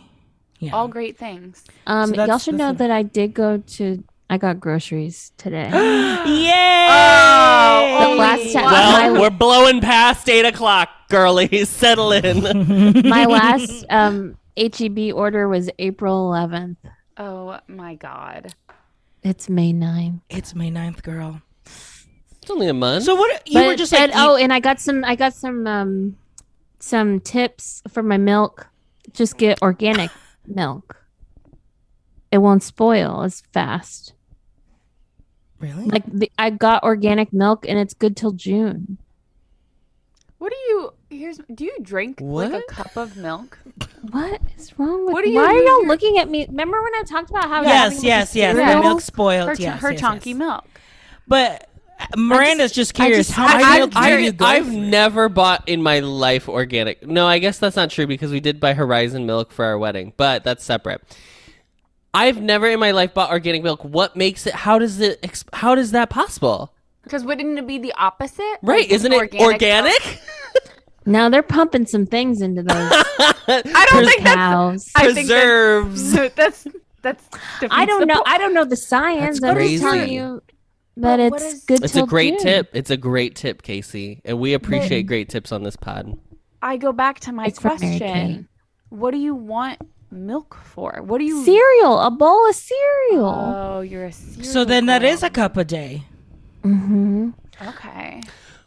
S1: Yeah.
S3: All great things.
S2: Um,
S1: So that's-
S2: y'all should
S1: that's
S2: know
S1: what-
S2: that I did go to. I got groceries today.
S1: Yay!
S3: Oh,
S2: last time-
S4: Well,
S2: My-
S4: we're blowing past eight o'clock, girlies. Settle in.
S2: My last um, HEB order was April 11th.
S3: Oh my god.
S2: It's May 9th.
S1: it's May 9th, girl.
S4: it's only a month.
S1: So what you
S2: But
S1: were
S2: it
S1: just
S2: said,
S1: like
S2: oh, and I got some. I got some um, some tips for my milk. Just get organic milk. It won't spoil as fast.
S1: really?
S2: Like the, I got organic milk, and it's good till June.
S3: What do you? Here's. Do you drink like
S4: What?
S3: a cup of milk?
S2: What is wrong with?
S3: What do you
S2: why are
S3: use
S2: y'all
S3: your-
S2: looking at me? Remember when I talked about how?
S1: yes, yes, yes.
S3: cereal?
S1: The milk spoiled.
S3: Her,
S1: yes,
S3: her
S1: yes,
S3: chunky
S1: yes.
S3: milk.
S1: But uh, Miranda's just,
S2: I
S1: curious.
S2: just-
S1: how
S2: I-
S1: much
S4: I,
S1: milk do you go
S4: have
S1: through?
S4: never bought in my life organic. No, I guess that's not true because we did buy Horizon milk for our wedding, but that's separate. I've never in my life bought organic milk. What makes it? How does it? ex- How does that possible?
S3: Because wouldn't it be the opposite?
S4: Right?
S3: Like,
S4: Isn't it organic?
S2: Now they're pumping some things into those
S3: I don't think that's.
S2: cows.
S3: I think that's.
S4: Preserves.
S3: That's. that's
S2: I
S3: defeats
S2: don't
S3: the
S2: know.
S3: point.
S2: I don't know the science. I'm just telling
S4: crazy.
S2: you
S3: But
S2: that
S3: what
S2: it's
S3: is-
S2: good.
S4: It's a
S2: till
S4: great
S2: June.
S4: tip. It's a great tip, Casey, and we appreciate great tips on this pod.
S3: I go back to my
S2: It's from Mary Kay.
S3: question. What do you want milk for? What do you?
S2: Cereal, a bowl of cereal.
S3: Oh, you're a cereal.
S1: So then that is
S3: girl.
S1: a cup a day.
S2: hmm
S3: okay.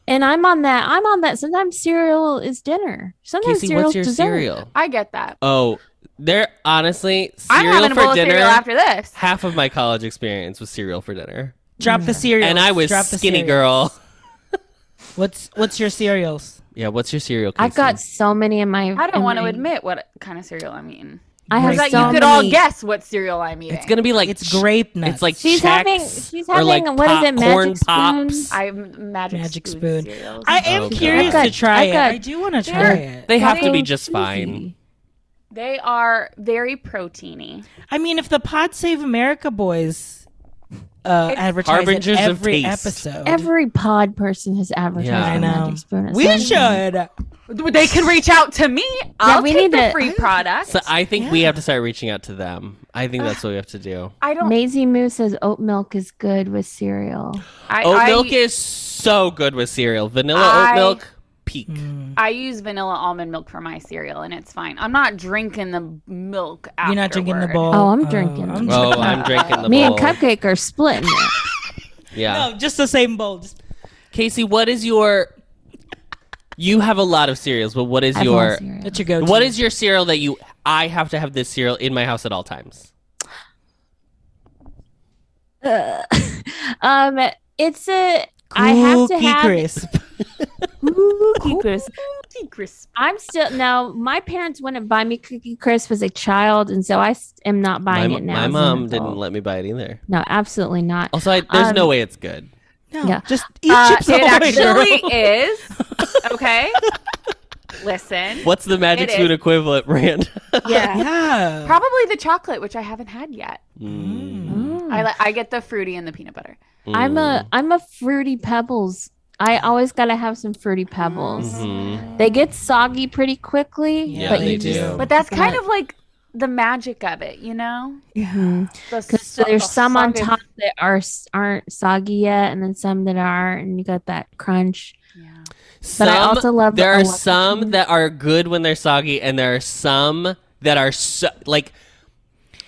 S2: And I'm on that. I'm on that. Sometimes cereal is dinner. Sometimes
S4: Casey,
S2: cereal's
S4: what's your
S2: dessert.
S4: cereal?
S3: I get that.
S4: Oh, there. Honestly,
S3: I'm
S4: cereal
S3: having a
S4: for
S3: bowl of
S4: dinner.
S3: cereal after this.
S4: half of my college experience was cereal for dinner,
S1: Drop the cereals.
S4: and I was
S1: Drop the
S4: skinny
S1: cereals.
S4: girl.
S1: What's what's your cereals?
S4: Yeah, what's your cereal? Casey?
S2: I've got so many in my.
S3: I
S2: in
S3: don't want to
S2: my-
S3: admit what kind of cereal I'm eating.
S2: I have
S1: Is
S3: That
S2: so
S3: you could
S2: many.
S3: all guess what cereal I'm eating.
S4: It's gonna be like
S1: It's grape nuts.
S4: It's like
S2: She's
S4: Chex
S2: having. She's
S4: or
S2: having.
S4: like
S2: what is it?
S4: pop- corn
S2: Magic spoons.
S4: pops.
S3: I'm magic,
S1: Magic spoon.
S3: spoon. cereals.
S1: I am
S4: Oh, God.
S1: curious
S2: I've
S1: to
S2: got-
S1: try
S2: I've
S1: it.
S2: got-
S1: I do want to try
S2: They're-
S1: it.
S4: they have to be
S2: Nothing
S4: just
S2: easy.
S4: fine.
S3: they are very proteiny.
S1: I mean, if the Pod Save America boys uh, advertise it
S4: Harbingers of
S1: every
S4: taste.
S1: episode,
S2: Every pod person has advertised
S4: Yeah. I
S2: a
S1: know.
S2: magic spoon. at
S1: we
S2: some point.
S1: should.
S3: They can reach out to me. I'll
S2: we
S3: take
S2: need
S3: the
S2: to-
S3: free product.
S4: So I think we have to start reaching out to them. I think that's what we have to do.
S3: I don't.
S2: Maisie Moo says oat milk is good with cereal.
S3: I,
S4: Oat
S3: I,
S4: milk is so good with cereal. Vanilla
S3: I-
S4: oat milk, peak.
S1: Mm.
S3: I use vanilla almond milk for my cereal, and it's fine. I'm not drinking the milk.
S1: You're not drinking the
S3: afterward.
S1: bowl.
S2: Oh, I'm drinking.
S1: I'm
S4: Oh, I'm drinking the
S2: Me and
S4: bowl.
S2: Cupcake are splitting. it.
S4: Yeah,
S1: No, just the same bowl. Just
S4: Casey, what is your? You have a lot of cereals, but what is
S2: I
S4: your?
S2: love cereal.
S1: let you go.
S4: What is your cereal that you? I have to have this cereal in my house at all times.
S2: Um, it's a. I have to have
S1: crisp.
S2: Cookie Crisp.
S3: Cookie crisp.
S2: I'm still now. My parents wouldn't buy me Cookie Crisp as a child, and so I s- am not buying
S4: my,
S2: it now.
S4: my
S2: as an
S4: mom didn't
S2: adult.
S4: let me buy it either.
S2: No, absolutely not.
S4: Also, I, there's
S2: Um,
S4: no way it's good.
S1: No,
S2: Yeah.
S1: just eat
S3: Uh,
S1: chips
S3: it
S1: Ahoy,
S3: actually
S1: girl.
S3: is. Okay. Listen.
S4: What's the magic
S3: it is.
S4: spoon equivalent, Rand?
S3: Yeah.
S1: Yeah.
S3: Probably the chocolate, which I haven't had yet.
S2: Mm.
S3: I li- I get the fruity and the peanut butter.
S2: I'm a I'm a fruity pebbles. I always gotta have some fruity pebbles.
S4: Mhm.
S2: They get soggy pretty quickly,
S1: Yeah,
S2: but
S4: they
S2: you just
S4: do.
S3: But that's
S2: Got
S3: kind
S2: it.
S3: of like the magic of it, you know?
S2: Mhm.
S3: The
S2: 'Cause
S3: so-
S2: there's
S3: the
S2: some on
S3: song
S2: top that are s- aren't soggy yet, and then some that are, and you got that crunch.
S3: is- Yeah.
S4: Some,
S2: I also love
S4: There
S2: the
S4: are
S2: Olympic
S4: some that are good when they're soggy, and there are some that are so, like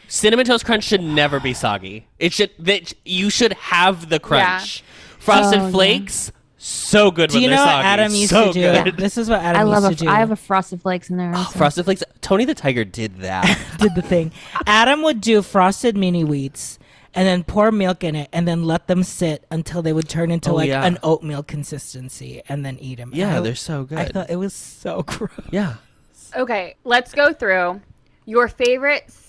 S4: cinnamon toast crunch should never be soggy. It should that you should have the crunch. Frosted
S2: Oh, yeah.
S4: flakes, so good
S1: Do
S4: when
S1: you know
S4: they're
S1: what
S4: soggy.
S1: Adam used
S4: so
S1: to do?
S4: good.
S1: This is what Adam
S2: I love
S1: used to
S2: a,
S1: do. Oh,
S2: I have a frosted flakes in there. also.
S4: Frosted flakes. Tony the Tiger did that.
S1: did the thing. Adam would do frosted mini wheats and then pour milk in it and then let them sit until they would turn into
S4: Oh,
S1: like
S4: yeah.
S1: an oatmeal consistency and then eat them.
S4: yeah, they're so good.
S1: I thought it was so gross.
S4: yeah.
S3: Okay, let's go through your favorite s-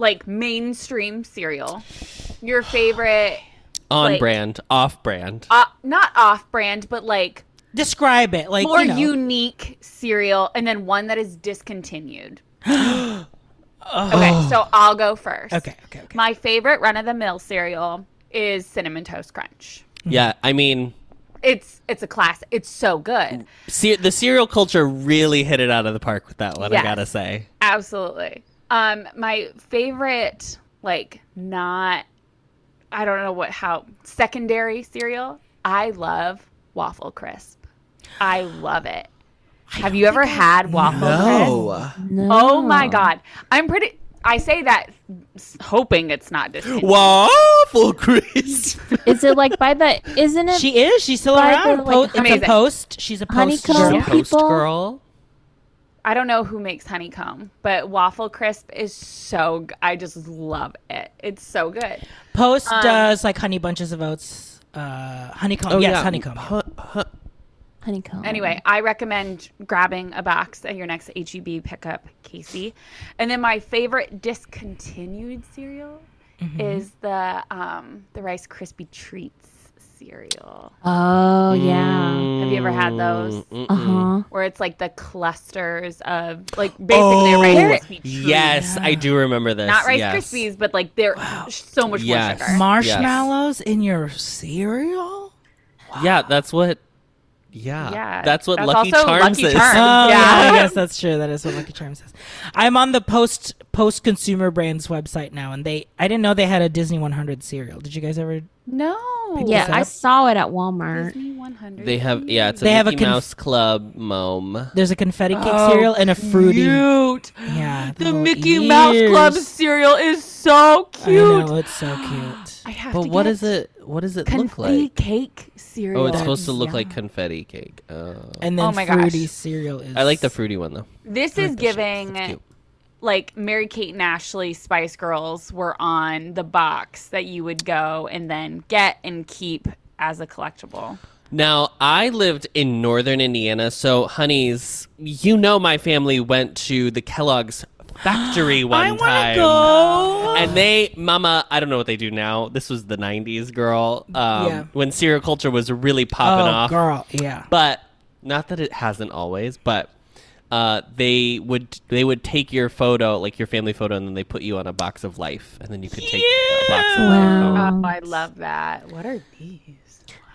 S3: like mainstream cereal. Your favorite
S4: On
S3: Like-
S4: brand, off brand.
S3: uh, not off brand, but like
S1: Describe it like
S3: More
S1: you know.
S3: unique cereal, and then one that is discontinued. Okay, so I'll go first.
S1: Okay, okay, okay.
S3: My favorite run of the mill cereal is Cinnamon Toast Crunch.
S4: Yeah, I mean,
S3: It's it's a class. It's so good.
S4: se- the cereal culture really hit it out of the park with that one. I
S3: Yes.
S4: gotta say,
S3: Absolutely. Um, my favorite, like, not, I don't know what how secondary cereal. I love waffle crisp. I love it. Have you ever had waffle crisp?
S2: No.
S3: Oh my god! I'm pretty. I say that s- hoping it's not discontinued.
S4: waffle crisp.
S2: Is it like by the? Isn't it?
S1: She is. She's still
S2: Like,
S1: around.
S2: like,
S1: Po- it's a
S3: Amazing.
S1: post. She's a post.
S2: Honeycomb.
S1: girl.
S2: Post People-
S4: girl.
S3: I don't know who makes honeycomb, but waffle crisp is so. g- I just love it. It's so good.
S1: Post
S3: Um,
S1: does like honey bunches of oats. Uh,
S4: Oh,
S1: honeycomb. yes, honeycomb.
S2: honeycomb.
S3: Anyway, I recommend grabbing a box at your next HEB pickup, Casey. And then my favorite discontinued cereal
S4: Mm-hmm.
S3: is the um, the Rice Krispie Treats cereal.
S2: Oh yeah.
S1: Mm-hmm.
S3: Have you ever had those?
S1: Oh,
S2: Uh huh.
S3: Where it's like the clusters of like basically a Rice
S4: Oh,
S3: Krispie treat.
S4: yes, I do remember this.
S3: Not Rice
S4: yes.
S3: Krispies, but like they're so much
S4: Yes.
S3: more sugar.
S1: Marshmallows in your cereal?
S4: Yeah, that's what. Yeah,
S3: Yeah,
S4: that's what
S3: that's
S4: Lucky
S3: also
S4: Charms
S3: Lucky
S4: is.
S3: Charms.
S1: Oh, yeah.
S3: Yeah.
S1: I guess that's true. That is what Lucky Charms says. I'm on the post post consumer brands website now, and they I didn't know they had a Disney 100 cereal. Did you guys ever?
S3: No.
S2: Yeah,
S1: Is
S2: I
S1: that-
S2: saw it at Walmart.
S3: Disney 100.
S4: They have yeah, it's a
S1: They have a
S4: Mickey
S1: conf-
S4: Mouse Club mom.
S1: There's a confetti cake cereal and a fruity.
S3: Cute.
S1: Yeah,
S3: The
S1: little
S3: Mickey Mouse Club
S1: ears.
S3: cereal is so
S1: I
S3: cute.
S1: know it's so cute.
S3: I have
S4: But what is it? What does it look
S3: Confetti
S4: like?
S3: cake cereal.
S4: Oh, it's supposed to look like confetti cake. Oh.
S1: And then
S3: Oh my gosh.
S1: fruity cereal is.
S4: I like the fruity one though.
S3: This is
S4: That's
S3: giving
S4: cute.
S3: like Mary Kate and Ashley Spice Girls were on the box that you would go and then get and keep as a collectible.
S4: Now, I lived in northern Indiana, so honeys, you know my family went to the Kellogg's factory one
S1: I
S4: time.
S1: want to go.
S4: And they, Mama, I don't know what they do now. This was the '90s, girl. Um,
S1: Yeah.
S4: When cereal culture was really popping
S1: oh,
S4: off.
S1: girl, yeah.
S4: But not that it hasn't always, but uh, they would they would take your photo, like your family photo, and then they put you on a box of life, and then you could take a box of
S2: Wow.
S4: life. home.
S3: Oh, I love that. What are these?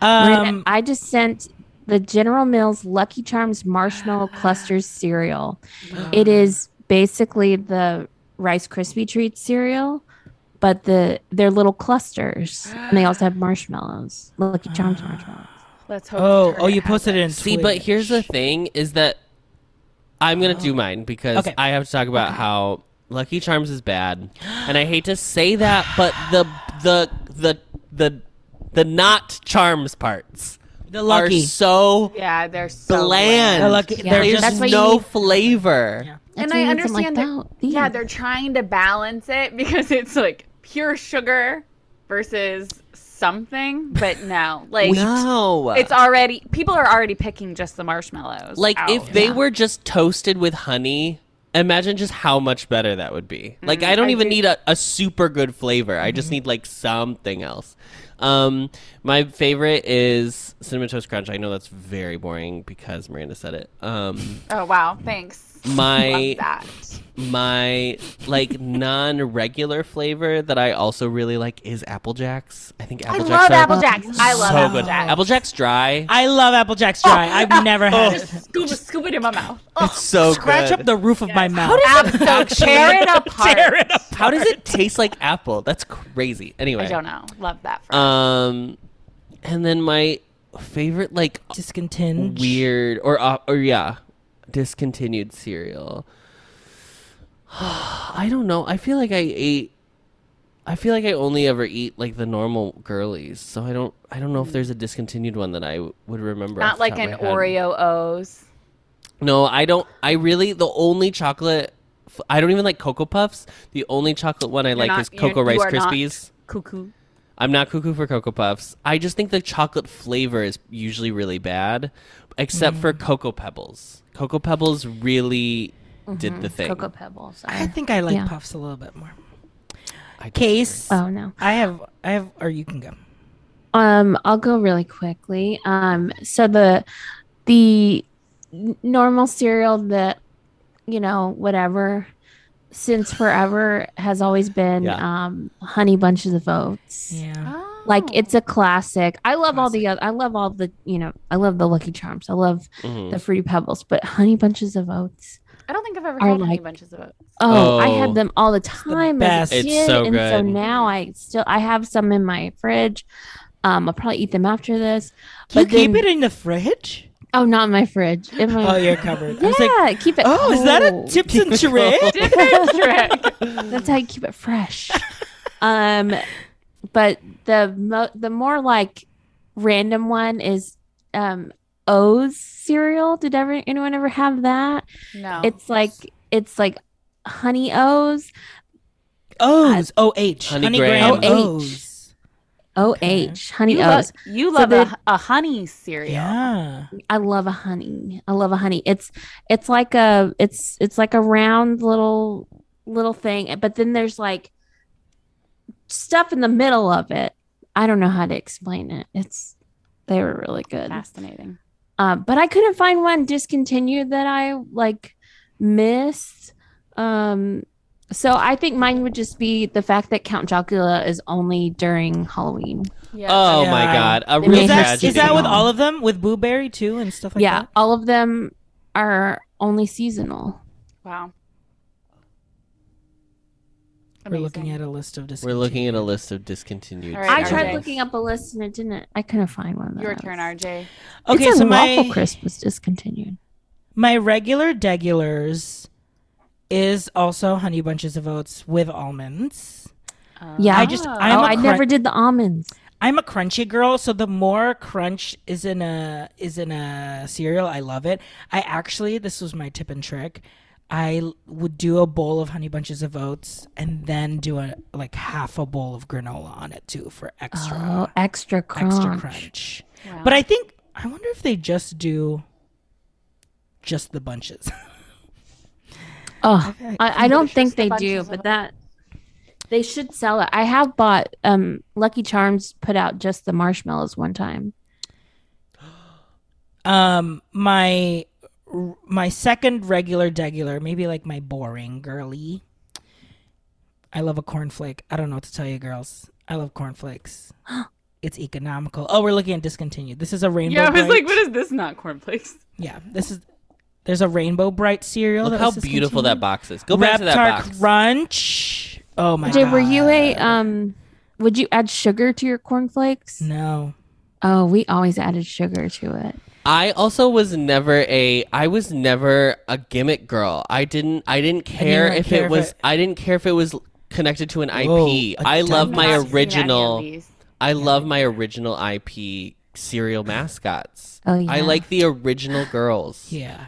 S1: Um,
S2: I just sent the General Mills Lucky Charms Marshmallow Clusters cereal. It is basically the Rice Krispie treat cereal, but the they're little clusters, and they also have marshmallows. Lucky Charms marshmallows.
S3: Let's hope.
S1: oh, oh,
S3: Target
S1: you
S3: has
S1: posted it in.
S4: See, but
S1: Twitch.
S4: here's the thing: is that I'm gonna do mine because
S1: Okay.
S4: I have to talk about how Lucky Charms is bad, and I hate to say that, but the the the the the not charms parts
S1: the
S4: are
S1: lucky.
S4: so
S3: Yeah, they're so
S4: bland.
S1: The lucky-
S2: Yeah.
S1: They're
S4: There's
S1: just
S2: That's why you
S4: no
S2: need-
S4: flavor.
S1: Yeah.
S2: That's
S3: And
S2: why
S3: I
S2: you need something
S3: understand Mm.
S2: like that.
S3: Yeah,
S2: Yeah.
S3: they're trying to balance it because it's like pure sugar versus something, but no, like
S4: No,
S3: it's already people are already picking just the marshmallows.
S4: like
S3: out.
S4: if they were just toasted with honey. Imagine just how much better that would be.
S3: Mm,
S4: Like I don't even need a, a super good flavor. I
S3: Mm-hmm.
S4: just need like something else. Um, my favorite is cinnamon toast crunch. I know that's very boring because Miranda said it. Um,
S3: Oh wow, thanks.
S4: my
S3: Love that.
S4: my like non-regular flavor that I also really like is apple jacks. I think
S3: I
S4: apple jacks
S3: love
S4: are
S3: Apple Jacks. I love
S4: so
S3: Apple
S4: good.
S3: Jacks.
S4: Apple jacks dry.
S1: I love Apple Jack's dry.
S2: Oh.
S1: I've never had
S4: Oh.
S1: it.
S3: Just scoop, scoop it in my mouth.
S4: It's so
S1: Scratch
S4: good.
S1: up the roof of my mouth.
S3: Absolutely. Tear it apart.
S1: Tear it apart.
S4: How does it taste like apple? That's crazy. Anyway,
S3: I don't know. Love that. For
S4: Um, and then my favorite, like
S1: Discontinue.
S4: weird or uh, or yeah, discontinued cereal. I don't know. I feel like I ate. I feel like I only ever eat like the normal girlies, so I don't. I don't know if there's a discontinued one that I w- would remember. off
S3: Not
S4: the
S3: like
S4: top of
S3: an
S4: my head.
S3: Oreo O's.
S4: No, I don't. I really the only chocolate. f- I don't even like Cocoa Puffs. The only chocolate one I like
S3: not-
S4: is Cocoa
S3: you're-
S4: Rice
S3: you are not
S4: Krispies.
S3: Cuckoo.
S4: I'm not cuckoo for Cocoa Puffs. I just think the chocolate flavor is usually really bad, except
S3: Mm.
S4: for Cocoa Pebbles. Cocoa Pebbles really
S3: Mm-hmm.
S4: did the thing.
S2: Cocoa Pebbles.
S1: I
S2: are-
S1: think I like
S2: Yeah.
S1: puffs a little bit more.
S4: I disagree.
S1: Case.
S2: Oh no.
S1: I have. I have. Or you can go.
S2: Um, I'll go really quickly. Um, so the the n- normal cereal that you know whatever since forever has always been
S4: Yeah.
S2: um, honey bunches of oats.
S1: Yeah.
S2: Like it's a classic. I love all the
S1: Classic.
S2: other. I love all the you know. I love the Lucky Charms. I love
S4: Mhm.
S2: the Fruity Pebbles, but Honey Bunches of Oats.
S3: Oh. I don't think I've ever
S2: are
S3: had any
S2: like-
S3: bunches of oats.
S2: Oh, I
S4: Oh.
S2: had them all the time as
S1: best.
S2: a
S4: It's
S2: kid,
S4: so
S2: and so
S4: good.
S2: now I still I have some in my fridge. Um, I'll probably eat them after this.
S1: Do you
S2: But
S1: keep
S2: then-
S1: it in the fridge?
S2: Oh, not in my fridge. In
S1: Oh,
S2: my
S1: your cupboard. I
S2: yeah,
S1: was like,
S2: keep it.
S1: oh, is that a
S2: cold.
S1: tips and trick?
S2: That's how you keep it fresh. um, but the mo- the more like random one is um O's cereal. Did ever anyone ever have that?
S3: no.
S2: It's like it's like honey O's
S1: O's.
S2: Uh,
S1: O-H.
S4: Honey
S1: Honeygram.
S4: Graham.
S2: O-H.
S1: O's.
S2: O H honey O's.
S3: you love, you
S2: So
S3: love
S2: they-
S3: a, a honey cereal.
S1: Yeah.
S2: I love a honey. I love a honey. It's it's like a it's it's like a round little little thing, but then there's like stuff in the middle of it. I don't know how to explain it. It's they were really good.
S3: Fascinating.
S2: Uh, but I couldn't find one discontinued that I like missed. Um, so I think mine would just be the fact that Count Chocula is only during Halloween.
S3: Yeah.
S4: Oh my
S1: Yeah.
S4: god, a
S2: They
S4: real
S2: may
S1: Is
S2: have
S1: that,
S4: tragedy.
S1: is that with all of them? With Blueberry too and stuff like
S2: yeah,
S1: that?
S2: all of them are only seasonal.
S3: wow.
S1: We're looking
S3: Amazing.
S1: at a list of
S4: We're looking at a list of discontinued.
S3: All right,
S2: I
S3: RJ.
S2: tried looking up a list and it didn't. I couldn't find one. that I
S3: Your
S2: was-
S3: turn, RJ.
S1: Okay,
S2: it's
S1: so
S2: a Waffle
S1: my
S2: Crisp was discontinued.
S1: my regular degulars is also honey bunches of oats with almonds.
S3: Um,
S2: Yeah,
S1: I just- I'm
S2: oh,
S1: a
S2: I
S1: cri-
S2: never did the almonds.
S1: I'm a crunchy girl, so the more crunch is in a is in a cereal, I love it. I actually this was my tip and trick. I l- would do a bowl of honey bunches of oats and then do a like half a bowl of granola on it too for extra
S2: Oh, extra crunch.
S1: extra crunch.
S3: Wow.
S1: But I think I wonder if they just do just the bunches.
S2: Oh, I, I don't think
S3: just a
S2: they
S3: bunch
S2: do,
S3: of
S2: but that they should sell it. I have bought um Lucky Charms put out just the marshmallows one time.
S1: Um, my my second regular degular, maybe like my boring girly. I love a cornflake. I don't know what to tell you, girls. I love cornflakes. it's economical. Oh, we're looking at discontinued. This is a rainbow.
S3: Yeah, I was
S1: bright.
S3: like, what is this? Not cornflakes.
S1: Yeah, this is. There's a rainbow bright cereal.
S4: Look
S1: that
S4: how
S1: was
S4: beautiful
S1: discontinued.
S4: that box is. Go back to that
S1: Reptar
S4: box.
S1: Crunch. Oh my
S2: Jay,
S1: god.
S2: were you a um? Would you add sugar to your cornflakes?
S1: No.
S2: Oh, we always added sugar to it.
S4: I also was never a I was never a gimmick girl. I didn't I didn't care
S1: don't
S4: if
S1: care
S4: it
S1: if
S4: was
S1: it-
S4: I didn't care if it was connected to an IP.
S1: Whoa, a
S4: I love
S1: dumb
S4: my
S3: Not seen any of
S4: original
S3: these.
S4: I love my original IP serial mascots.
S2: Oh, yeah.
S4: I like the original girls.
S1: Yeah.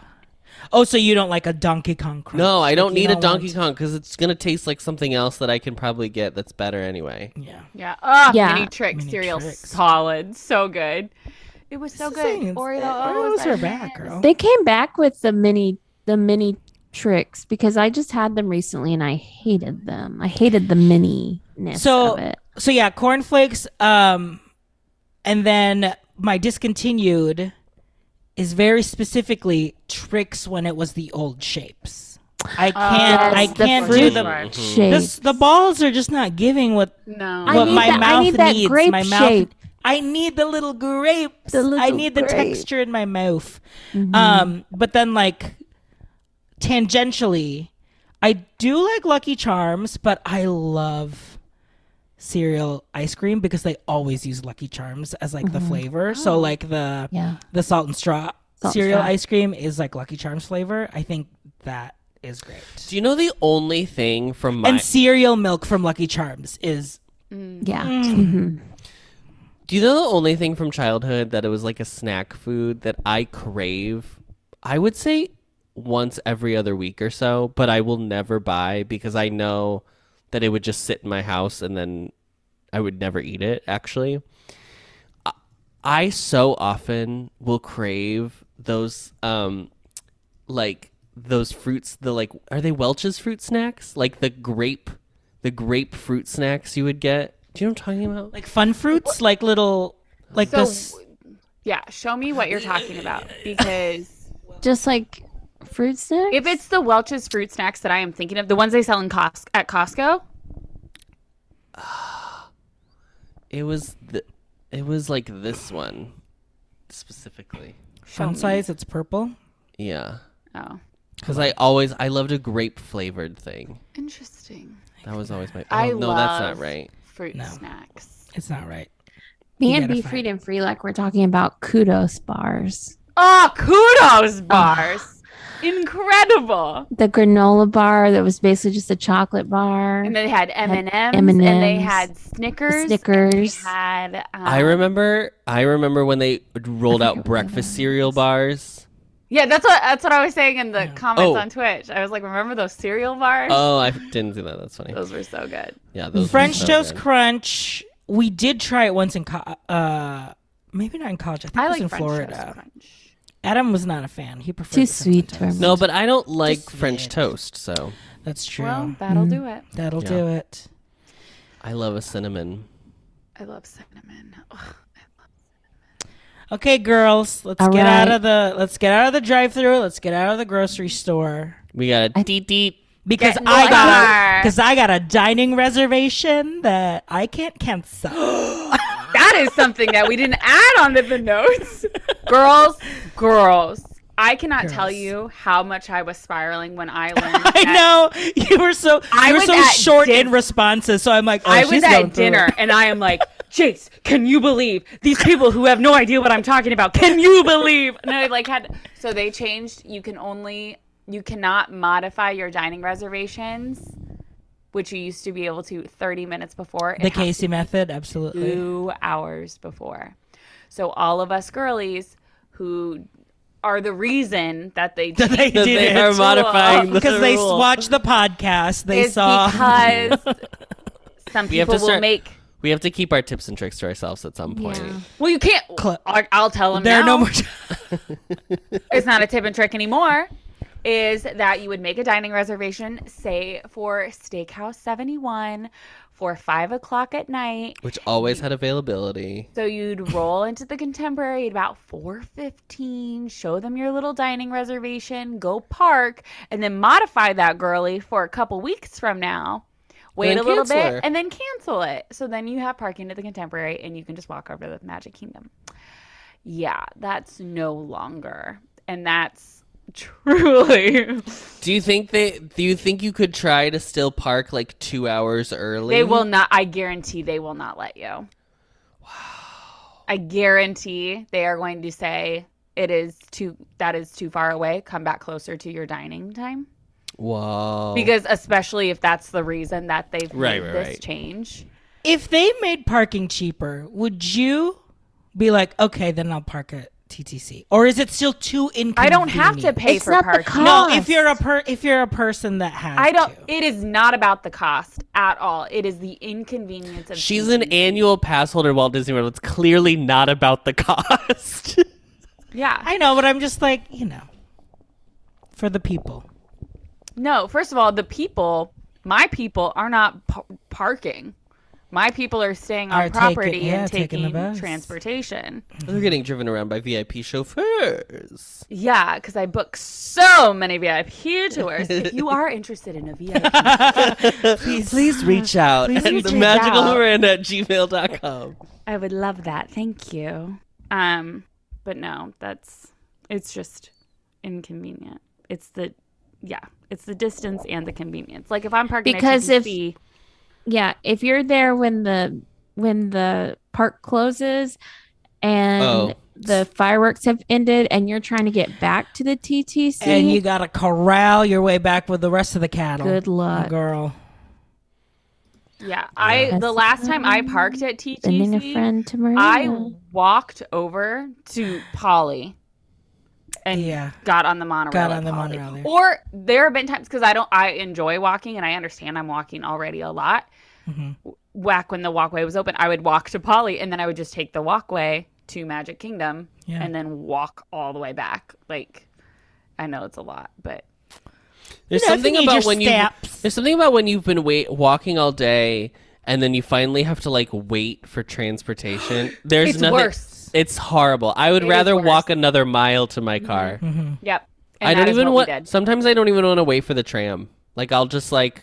S1: Oh, so you don't like a Donkey Kong crunch?
S4: No, I
S1: Like,
S4: don't
S1: you
S4: need a
S1: want-
S4: Donkey Kong because it's gonna taste like something else that I can probably get that's better anyway.
S1: Yeah.
S3: Yeah. Oh,
S2: Yeah.
S3: mini trick
S1: Mini
S3: cereal.
S1: Tricks.
S3: Solid. So good. It was so
S1: That's the thing,
S3: good.
S1: it's-
S3: Oreo
S1: uh,
S3: O's
S1: Oreos are back,
S3: Oh.
S1: girl.
S2: They came back with the mini the mini tricks because I just had them recently and I hated them. I hated the mini ness
S1: So-
S2: of it.
S1: so yeah, cornflakes. Um, and then my discontinued is very specifically tricks when it was the old shapes. I can't.
S3: Yes,
S1: I
S2: Ah, the
S1: can't
S2: fruit
S1: do the.
S3: bar.
S2: Shape.
S1: This, the balls are just not giving what
S3: No.
S2: I
S1: what
S2: need
S1: my
S2: that- I
S1: mouth
S2: need that
S1: needs.
S2: grape
S1: my mouth.
S2: shape.
S1: I need the little grapes.
S2: The
S1: I
S2: little
S1: need the
S2: grape.
S1: texture in my mouth.
S2: Mm-hmm.
S3: uh,
S1: Um, but then like tangentially, I do like Lucky Charms, but I love cereal ice cream because they always use Lucky Charms as like the flavor. So like the
S2: yeah.
S1: the salt and straw
S2: Mm-hmm. Oh. Salt and
S1: cereal
S2: straw.
S1: ice cream is like Lucky Charms flavor. I think that is great.
S4: Do you know the only thing from my
S1: and cereal milk from Lucky Charms is
S2: Yeah.
S3: Mm.
S2: Mm-hmm.
S4: Do you know the only thing from childhood that it was like a snack food that I crave? I would say once every other week or so, but I will never buy because I know that it would just sit in my house and then I would never eat it, actually. I- I so often will crave those, um, like those fruits, the like, are they Welch's fruit snacks? Like the grape, the grapefruit snacks you would get. Do you know what I'm talking about?
S1: like fun fruits, like little like
S3: So
S1: this.
S3: Yeah, show me what you're talking about because
S2: Just like fruit snacks?
S3: if it's the Welch's fruit snacks that I am thinking of, the ones they sell in Cos- at Costco,
S4: It was the, it was like this one, specifically.
S1: Fun size, it's purple.
S4: Yeah,
S3: oh,
S4: because I always I loved a grape flavored thing.
S3: interesting.
S4: That was always my. Oh,
S3: I
S4: no, that's
S3: love-
S4: not right.
S3: Fruit snacks.
S1: It's not right.
S2: Me
S1: gotta
S2: and Be
S1: find-
S2: Freedom Free, like we're talking about kudos bars.
S3: Oh,
S1: Ah.
S3: kudos bars. Incredible.
S2: The granola bar that was basically just a chocolate bar.
S3: And they had M and M's, and
S2: M&Ms,
S3: they had Snickers. and they
S2: Snickers.
S3: had. Um,
S4: I remember. I remember when they rolled out breakfast cereal bars.
S3: yeah, that's what that's what I was saying in the comments
S4: Oh.
S3: on Twitch. I was like, remember those cereal bars?
S4: Oh, I didn't do that. That's funny.
S3: those were so good.
S4: Yeah, those were
S1: French
S4: so
S1: toast
S4: good.
S1: crunch. We did try it once in co- uh maybe not in college. I think
S3: I
S1: it was
S3: like
S1: in
S3: French
S1: Florida.
S3: Toast Crunch.
S1: Adam was not a fan. He preferred
S2: Too
S1: the cinnamon
S2: sweet
S1: toast.
S2: for me.
S4: No, but I don't like French
S1: weird.
S4: toast, so
S1: That's true.
S3: Well, that'll
S1: Mm-hmm.
S3: do it.
S1: That'll
S4: Yeah.
S1: do it.
S4: I love a cinnamon.
S3: I love cinnamon. Ugh.
S1: Okay, girls, let's
S2: All
S1: get out
S2: right.
S1: of the let's get out of the drive-through. Let's get out of the grocery store
S4: We got a deep deep.
S1: because
S3: Get in
S1: I
S3: the
S1: got
S3: car.
S1: a because I got a dining reservation that I can't cancel.
S3: That is something that we didn't add onto the notes. girls, girls. I cannot tell
S1: Girls.
S3: you how much I was spiraling when I learned.
S1: I
S3: that-
S1: know you were so
S3: I
S1: you were
S3: was
S1: so
S3: at
S1: short
S3: din-
S1: in responses. So I'm like, oh,
S3: I
S1: she's
S3: was
S1: going
S3: at
S1: through
S3: dinner
S1: it.
S3: and I am like, Jace, can you believe these people who have no idea what I'm talking about? Can you believe? And I like had so they changed. You can only you cannot modify your dining reservations, which you used to be able to 30 minutes before. It
S1: The
S3: has to
S1: Casey method, absolutely.
S3: two hours before. So all of us girlies who are the reason that they
S1: That they
S3: changed
S1: did
S4: they
S1: it.
S4: are modifying the
S1: because they
S4: rule.
S1: watched the podcast. They
S3: is
S1: saw.
S3: because some
S4: have to
S3: people will
S4: start-
S3: make.
S4: We have to keep our tips and tricks to ourselves at some point.
S2: Yeah.
S3: Well, you can't.
S1: Cl-
S3: I- I'll tell them.
S1: there are no
S3: now.
S1: more.
S3: it's not a tip and trick anymore. Is that you would make a dining reservation, say for Steakhouse 71 for five o'clock at night.
S4: Which always had availability.
S3: So you'd roll into the contemporary at about 4:15, show them your little dining reservation, go park, and then modify that girly for a couple weeks from now. Wait
S4: then
S3: a little
S4: cancel
S3: bit
S4: her.
S3: and then cancel it. So then you have parking at the contemporary and you can just walk over to the Magic Kingdom. Yeah, that's no longer. And that's truly
S4: Do you think they do you think you could try to still park like two hours early?
S3: They will not. I guarantee they will not let you. Wow. I guarantee they are going to say it is too. That is too far away. Come back closer to your dining time.
S4: Whoa.
S3: Because especially if that's the reason that they've
S4: Oh. Right,
S3: made
S4: right,
S3: this
S4: right.
S3: change.
S1: if they made parking cheaper, would you be like, okay, then I'll park at TTC, or is it still too inconvenient?
S3: I don't have to pay
S2: It's
S3: for
S2: not the
S3: parking.
S2: cost.
S1: No, if you're a per- if you're a person that has,
S3: I don't.
S1: to.
S3: It is not about the cost at all. It is the inconvenience of.
S4: She's
S3: choosing-
S4: an annual pass holder at Walt Disney World. It's clearly not about the cost.
S3: Yeah.
S1: I know, but I'm just like, you know, for the people.
S3: No, first of all, the people, my people, are not p- parking. My people are staying on
S1: Are taking-
S3: property
S1: yeah,
S3: and
S1: taking
S3: taking,
S1: the bus.
S3: transportation.
S4: They're getting driven around by VIP chauffeurs.
S3: Yeah, because I book so many VIP tours. if you are interested in a VIP,
S4: Please, reach out
S1: Please
S4: at
S1: reach
S4: the
S1: out.
S4: magical Miranda at gmail.com.
S3: I would love that. Thank you. Um, but no, that's it's just inconvenient. It's the yeah, it's the distance and the convenience. Like if I'm parking
S2: Because
S3: at
S2: if-
S3: TTC,
S2: yeah, if you're there when the when the park closes and
S4: Oh.
S2: the fireworks have ended and you're trying to get back to the TTC,
S1: And you gotta corral your way back with the rest of the cattle.
S2: good luck.
S1: girl.
S3: yeah, I the
S2: That's-
S3: last time I parked at TTC,
S2: Sending a friend to Maria.
S3: I
S1: Mm.
S3: walked over to Polly and
S1: Yeah.
S3: got on the monorail.
S1: Got
S3: at
S1: on the
S3: Polly.
S1: monorail there.
S3: Or there have been times because I don't, I enjoy walking and I understand I'm walking already a lot.
S1: Mhm.
S3: Whack when the walkway was open, I would walk to Polly and then I would just take the walkway to Magic Kingdom
S1: Yeah.
S3: and then walk all the way back. Like, I know it's a lot, but
S4: There's
S1: know, if you
S4: something
S1: need
S4: about
S1: your
S4: when
S1: steps.
S4: you. There's something about when you've been wait walking all day, and then you finally have to like wait for transportation. There's
S3: it's
S4: nothing.
S3: worse.
S4: It's horrible. I would
S3: It is
S4: rather
S3: worse.
S4: walk another mile to my car.
S1: Mm.
S3: Yep. And
S4: I
S3: that
S4: don't
S3: is
S4: even
S3: what
S4: want.
S3: we did.
S4: Sometimes I don't even want to wait for the tram. Like I'll just like,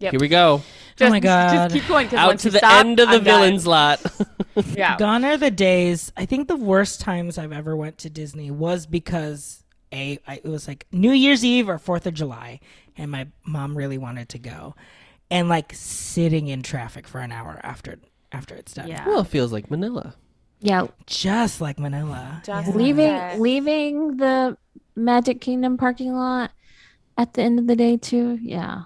S3: Yep.
S4: here we go
S3: Just,
S1: Oh my God.
S3: Just keep going. 'cause
S4: out
S3: once
S4: to
S3: you
S4: the
S3: stop,
S4: end of the
S3: I'm done.
S4: villains lot.
S3: Yeah.
S1: Gone are the days. I think the worst times I've ever went to Disney was because a I, it was like New Year's Eve or Fourth of July, and my mom really wanted to go, and like sitting in traffic for an hour after after it's done.
S2: Yeah.
S4: well, Oh, it feels like Manila.
S2: Yeah,
S1: just like Manila.
S3: Just
S1: Yeah.
S2: leaving
S3: Yeah.
S2: leaving the Magic Kingdom parking lot at the end of the day too. Yeah,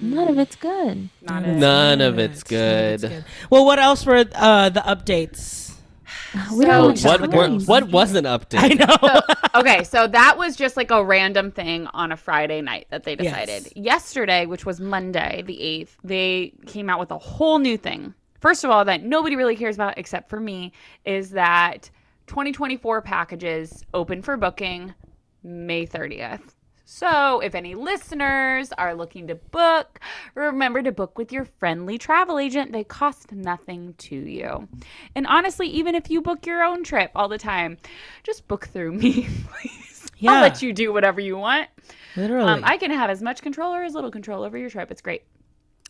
S2: none of it's good.
S3: Not it.
S4: None of it's
S1: none
S4: good.
S1: of it's Well, what else were uh, the updates?
S2: We
S3: So-
S2: don't have
S4: What
S2: time.
S4: were, what was an update?
S1: I
S3: Um,
S1: know.
S3: okay, so that was just like a random thing on a Friday night that they
S1: Yes.
S3: decided. Yesterday, which was Monday, the 8th, they came out with a whole new thing. First of all, that nobody really cares about except for me is that 2024 packages open for booking May 30th. So, if any listeners are looking to book, remember to book with your friendly travel agent. They cost nothing to you. And honestly, even if you book your own trip all the time, just book through me, please.
S1: Yeah.
S3: I'll let you do whatever you want.
S1: Literally.
S3: Um, I can have as much control or as little control over your trip. It's great.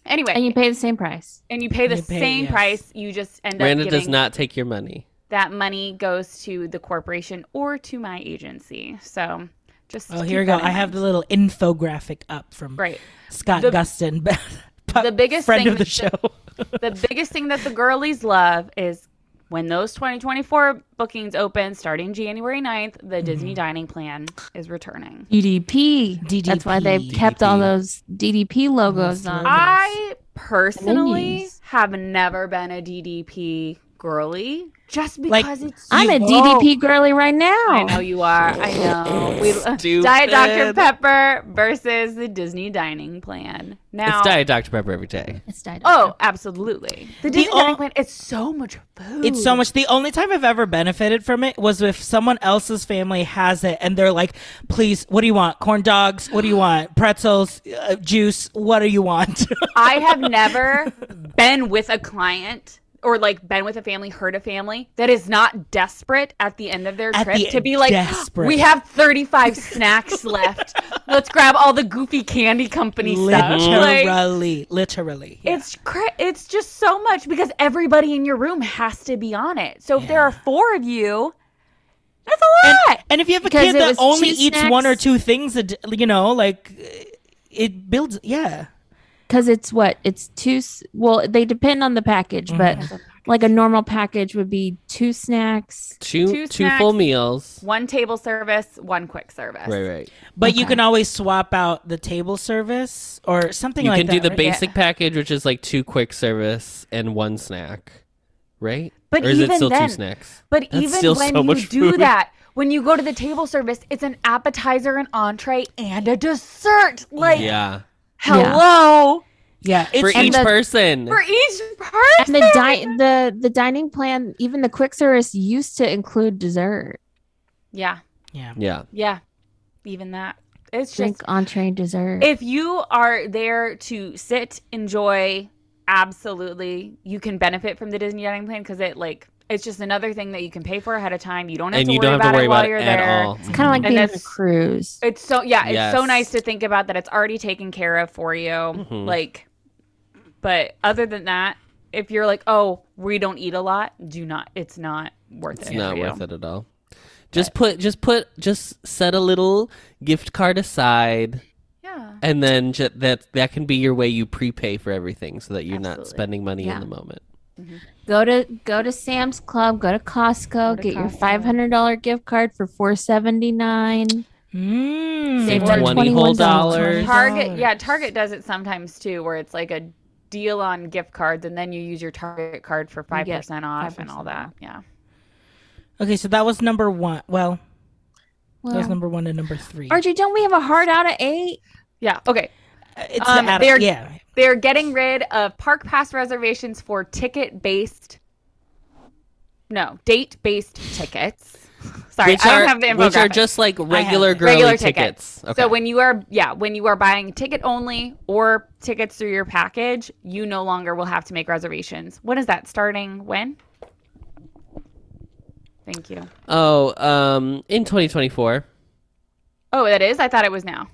S3: Anyway,
S2: And you pay the same price.
S3: pay the
S1: You pay-
S3: same
S1: yes.
S3: price. You just end
S4: Miranda
S3: up
S4: does
S3: getting
S4: not take your money.
S3: that money goes to the corporation or to my agency. So just
S1: oh,
S3: keep
S1: here we
S3: that
S1: go.
S3: in
S1: I have
S3: mind.
S1: the little infographic up from
S3: Great.
S1: Scott
S3: The-
S1: Gustin,
S3: the biggest
S1: friend
S3: thing
S1: of the show.
S3: that- the biggest thing that the girlies love is when those 2024 bookings open starting January 9th, the Disney dining plan is returning.
S2: DDP. That's why they've
S1: DDP.
S2: kept all those DDP logos
S1: Those
S2: on.
S1: logos.
S3: I personally
S2: Menus.
S3: have never been a DDP girly just
S1: Like,
S3: because it's
S2: I'm a
S3: so-
S2: DDP girly right
S3: I
S2: now.
S3: know you are. I know. We
S4: Stupid.
S3: Diet Dr Pepper versus the Disney dining plan. Now
S4: It's Diet Dr Pepper every day.
S2: It's died.
S3: Oh, absolutely. The Disney
S1: all-
S3: dining plan it's so much food.
S1: It's so much. The only time I've ever benefited from it was if someone else's family has it and they're like, please, what do you want? Corn dogs? What do you want? Pretzels? Uh, juice? What do you want?
S3: I have never been with a client or like been with a family, heard a family that is not desperate at the end of their
S1: At
S3: trip
S1: the
S3: to be like,
S1: desperate.
S3: we have 35 snacks left. Let's grab all the goofy candy company stuff. Like,
S1: literally. Literally. Yeah.
S3: it's cra- it's just so much because everybody in your room has to be on it. So if there are four of you, that's a lot.
S1: And if you have a
S2: Because
S1: kid
S2: it
S1: that
S2: was
S1: only
S2: cheese
S1: eats
S2: snacks.
S1: one or two things, a d- you know, like it builds. Yeah.
S2: because it's what it's two s- well they depend on the
S3: Mm-hmm.
S2: package but like a normal package would be two snacks
S4: Two two
S3: Two snacks.
S4: full meals.
S3: one table service, one quick service.
S4: Right, right.
S1: But you can always swap out the table service or something
S4: You
S1: like
S4: can
S1: that.
S4: do the
S1: right?
S4: basic package, which is like two quick service and one snack, right?
S3: But
S4: or is it
S3: even
S4: still
S3: then-
S4: two snacks?
S3: But
S4: That's
S3: even
S4: still
S3: when
S4: so
S3: you
S4: much
S3: do
S4: food.
S3: that, when you go to the table service, it's an appetizer, an entree, and a dessert. Like,
S4: Yeah,
S3: hello
S1: Yeah.
S4: for
S1: It's,
S4: each
S2: the-
S4: person.
S3: for each person.
S2: and the di- the the dining plan even the quick service used to include dessert
S3: yeah,
S1: yeah.
S4: yeah,
S3: yeah, even that. It's
S2: drink
S3: just
S2: entree dessert
S3: if you are there to sit, enjoy, absolutely, you can benefit from the Disney dining plan because it like it's just another thing that you can pay for ahead of time. You don't have
S4: and
S3: to
S4: you
S3: worry
S4: don't
S3: about
S4: have to worry
S3: it while
S4: about it
S3: you're
S4: at
S3: there.
S4: all.
S2: it's kind of like
S3: And
S2: being on a
S3: that's-
S2: cruise
S3: It's so yeah, it's so
S4: Yes.
S3: nice to think about that it's already taken care of for you.
S4: Mhm.
S3: Like but other than that, if you're like, "Oh, we don't eat a lot," do not it's not worth
S4: It's
S3: it.
S4: not
S3: for you.
S4: worth it at all. Just put, just put, just set a little gift card aside,
S3: Yeah.
S4: and then ju- that that can be your way you prepay for everything, so that you're not
S3: Absolutely.
S4: spending money
S2: Yeah.
S4: in the moment.
S2: go to go to sam's club go to costco
S3: Go to
S2: get your
S3: Costco.
S2: $500 gift card for 479
S1: Mm.
S2: Save
S4: Save
S2: Or
S4: twenty whole
S2: $21.
S4: dollars.
S3: Target yeah, Target does it sometimes too where it's like a deal on gift cards and then you use your Target card for 5%
S2: get
S3: off and
S2: 5%
S3: all that.
S2: off.
S3: Yeah.
S1: Okay, so that was number one. Well, that was
S2: well,
S1: number one and number three.
S2: RG, don't we have a hard out of eight?
S3: Yeah. Okay.
S1: it's
S3: um,
S1: the add-
S3: they're-
S1: yeah.
S3: They're getting rid of park pass reservations for ticket-based no, date-based tickets. Sorry,
S4: which
S3: I don't
S4: are,
S3: have the infographic.
S4: Which are just like regular
S1: it.
S4: girly
S3: regular
S4: tickets.
S3: tickets. So when you are yeah, when you are buying ticket only or tickets through your package, you no longer will have to make reservations. When is that starting? When? Thank you.
S4: Oh, um, in 2024.
S3: Oh, that is. I thought it was now.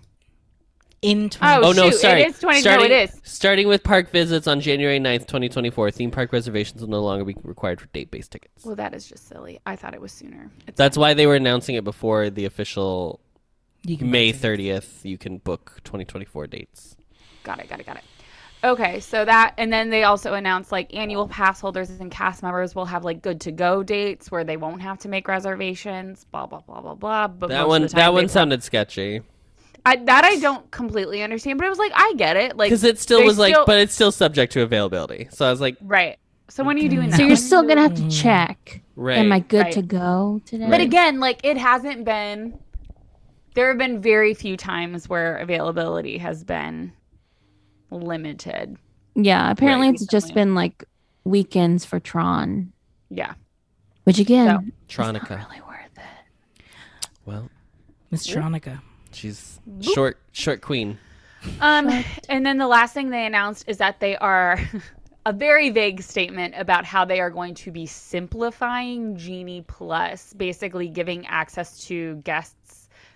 S1: In
S3: Oh,
S4: Oh, no,
S3: shoot,
S4: sorry.
S3: it is 20 no,
S4: starting,
S3: it is.
S4: Starting with park visits on January 9th, 2024, theme park reservations will no longer be required for date based tickets.
S3: Well, that is just silly. I thought it was sooner. It's
S4: That's why they were announcing it before the
S3: Oh.
S4: official
S1: you can
S4: May 30th. You can book 2024 dates.
S3: Got it. Got it. Got it. Okay, so that and then they also announced like annual pass holders and cast members will have like good to go dates where they won't have to make reservations. Blah blah blah blah blah. But most
S4: That
S3: of
S4: one,
S3: the time
S4: that one
S3: they-
S4: sounded sketchy
S3: I, that I don't completely understand. But it was like I get it, like
S4: because it still
S3: they're
S4: was like, but it's still subject to availability. So I was like,
S3: right. So when are you doing that?
S2: So
S3: When are
S2: you're still
S3: you-
S2: gonna have to check.
S4: right,
S2: Am I good
S3: Right.
S2: to go today?
S3: But again, like it hasn't been. There have been very few times where availability has been limited.
S2: yeah, apparently
S3: Right.
S2: it's just been like weekends for Tron,
S3: Yeah.
S2: which again,
S4: Tronica.
S2: really worth it.
S4: Well,
S1: Miss Tronica.
S4: she's short, short queen.
S3: Um, and then the last thing they announced is that they are a very vague statement about how they are going to be simplifying Genie Plus, basically giving access to guests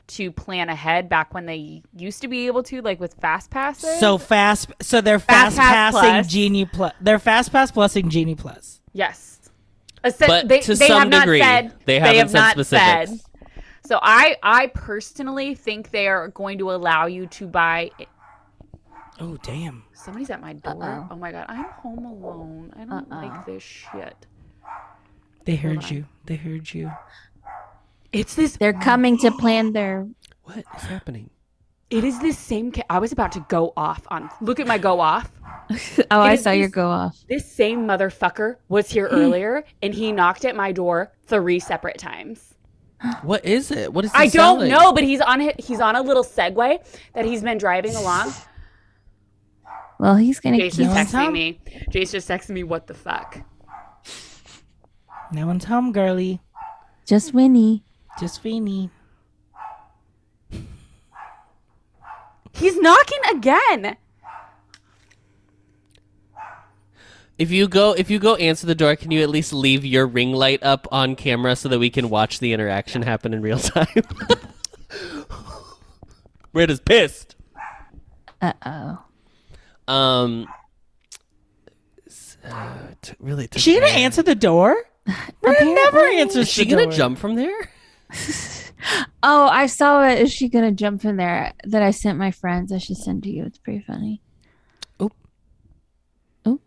S3: to plan ahead back when they used to be able to, like with Fast Passes.
S1: So fast. So they're fast,
S3: Fast Pass
S1: passing
S3: Plus.
S1: Genie Plus. They're fast pass plusing Genie Plus.
S3: Yes. Assi-
S4: But
S3: they,
S4: to
S3: they
S4: some
S3: have not
S4: degree,
S3: said,
S4: they haven't
S3: have
S4: said
S3: not
S4: specifics.
S3: said. So I, I personally think they are going to allow you to buy.
S1: Oh damn!
S3: Somebody's at my door. Oh my god, I'm home alone. I don't like this shit.
S1: They heard you. They heard you.
S3: It's this.
S2: They're coming to plan their.
S4: What is happening?
S3: It is this same. Ca- I was about to go off on. Look at my go off.
S2: Oh, I
S3: is
S2: saw your
S3: this-
S2: go off.
S3: This same motherfucker was here earlier, and he knocked at my door three separate times.
S4: What is it? What is?
S3: I
S4: he
S3: don't
S4: selling?
S3: know, but he's on hi- he's on a little Segway that he's been driving along.
S2: Well, he's gonna
S3: Jace
S2: keep.
S3: just texting
S1: Tom?
S3: me. Jace just texted me. What the fuck?
S1: No one's home, girly.
S2: Just Winnie.
S1: Just Feeny.
S3: He's knocking again.
S4: If you go, if you go answer the door, can you at least leave your ring light up on camera so that we can watch the interaction happen in real time? Red is pissed.
S2: Uh oh.
S4: Um, s- uh, t- really, t-
S1: She gonna answer the door? Rita never answers.
S4: Is she
S1: the
S4: gonna
S1: door.
S4: jump from there?
S2: Oh, I saw it. Is she gonna jump in there? That I sent my friends. I should send to you. It's pretty funny.
S1: Oop.
S2: Oop.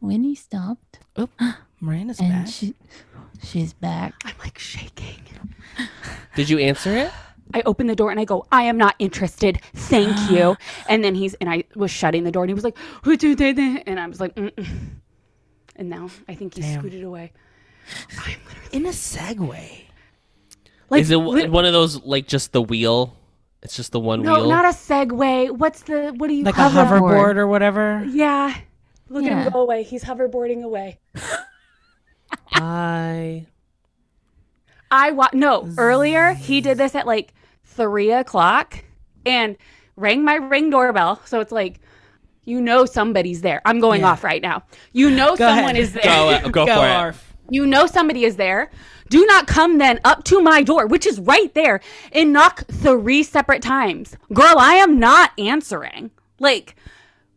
S2: Winnie stopped,
S1: Miranda's
S2: and
S1: back.
S2: she, she's back.
S3: I'm like shaking.
S4: Did you answer it?
S3: I open the door and I go, I am not interested. Thank you. And then he's and I was shutting the door and he was like, who did that? And I was like, Mm-mm. and now I think he
S1: Damn.
S3: scooted away.
S1: in a Segway.
S3: Like
S4: Is it w-
S3: lit-
S4: one of those like just the wheel? It's just the one
S3: no,
S4: wheel.
S3: not a Segway. What's the what do you
S1: Like
S3: call?
S1: a
S2: Hoverboard.
S1: hoverboard or whatever.
S3: Yeah. Look at
S2: Yeah.
S3: him go away. He's hoverboarding away.
S4: I
S3: I wa- no earlier he did this at like three o'clock and rang my ring doorbell. So it's like, you know somebody's there. I'm going
S1: Yeah.
S3: off right now. You know
S1: Go ahead.
S3: someone is there.
S4: go uh, go, for it.
S3: You know somebody is there. Do not come then up to my door, which is right there, and knock three separate times. Girl, I am not answering. Like,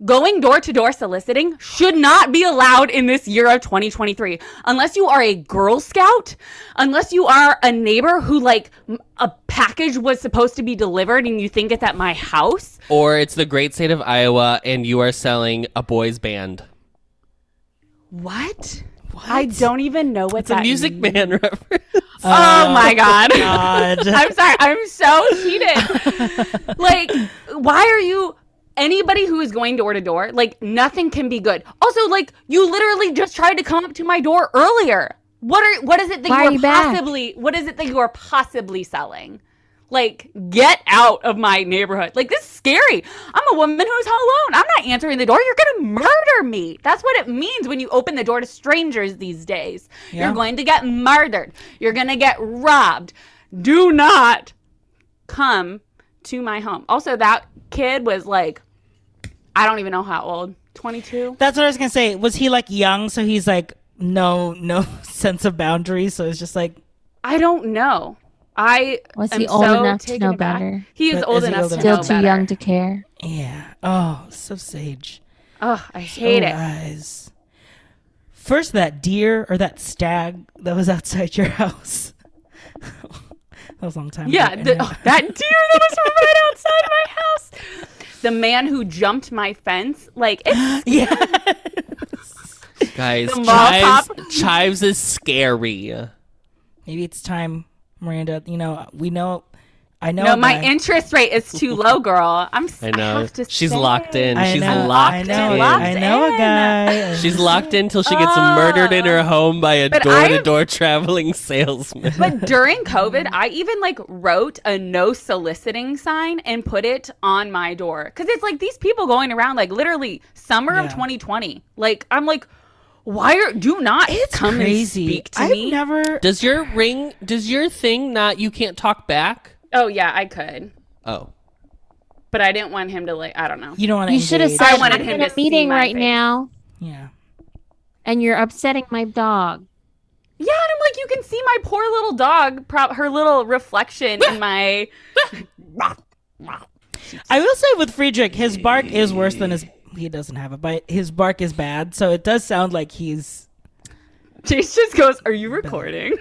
S3: going door to door soliciting should not be allowed in this year of 2023 unless you are a Girl Scout, unless you are a neighbor who, like, m- a package was supposed to be delivered and you think it's at my house.
S4: Or it's the great state of Iowa, and you are selling a boys band.
S3: What? I don't even know what
S4: It's a
S3: that
S4: Music Man reference.
S3: Oh my god.
S1: God.
S3: I'm sorry. I'm so heated. like, why are you anybody who is going door to door? Like, nothing can be good. Also, like, you literally just tried to come up to my door earlier. What are what is it that
S2: Why
S3: you
S2: are
S3: are
S2: you back?
S3: possibly what is it that you are possibly selling? Like, get out of my neighborhood. Like, this is scary. I'm a woman who's home alone. I'm not answering the door. You're going to murder me. That's what it means when you open the door to strangers these days.
S1: Yeah.
S3: You're going to get murdered. You're going to get robbed. Do not come to my home. Also, that kid was like, I don't even know how old, 22?
S1: That's what I was gonna say. Was he like young? So he's like no no sense of boundaries, so it's just like
S3: I don't know. I
S2: Was
S3: am
S2: he old
S3: so
S2: enough to
S3: taken
S2: know
S3: aback.
S2: better?
S3: He is
S1: But
S3: old
S1: is he
S3: enough
S1: old
S3: to
S1: enough?
S2: Still
S3: know
S2: too
S3: better.
S2: young to care.
S1: yeah. Oh, so sage.
S3: Ugh, I hate
S1: oh,
S3: it.
S1: Eyes. First that deer or that stag that was outside your house. that was a long time
S3: Yeah,
S1: ago.
S3: the, oh, that deer that was right outside my house. The man who jumped my fence, like it's
S1: yeah.
S4: Guys,
S3: The mall
S4: chives,
S3: cop.
S4: chives is scary.
S1: Maybe it's time, Miranda. You know, we know. I know.
S3: no, my
S1: about-
S3: interest rate is too low, girl. I'm. s-
S4: I
S3: I
S4: know.
S3: have to
S4: She's
S3: say
S4: locked
S3: it.
S4: in.
S1: I
S4: She's
S1: know,
S4: locked
S1: I
S4: in.
S1: know, I
S3: Locked
S1: know a
S3: in.
S1: guy.
S4: She's locked in till she gets murdered in her home by a
S3: But
S4: door to
S3: I've-
S4: door traveling salesman.
S3: But during COVID, I even like wrote a no soliciting sign and put it on my door because it's like these people going around like literally summer of
S1: Yeah.
S3: 2020. Like I'm like, why are do not come
S1: crazy.
S3: and speak to
S1: I've
S3: me?
S1: never.
S4: Does your ring, does your thing not, you can't talk back?
S3: oh yeah, I could,
S4: Oh.
S3: but I didn't want him to like. I don't know.
S1: You don't want to.
S2: You should have said
S3: I
S2: I
S3: wanted
S2: am
S3: him
S2: in a
S3: to see
S2: meeting
S3: my
S2: right
S3: face."
S2: now,
S1: Yeah.
S2: and you're upsetting my dog.
S3: Yeah, and I'm like, you can see my poor little dog, pro- her little reflection in my.
S1: I will say with Friedrich, his bark is worse than his. He doesn't have it, but his bark is bad. So it does sound like he's.
S3: Jace just goes, "Are you recording?"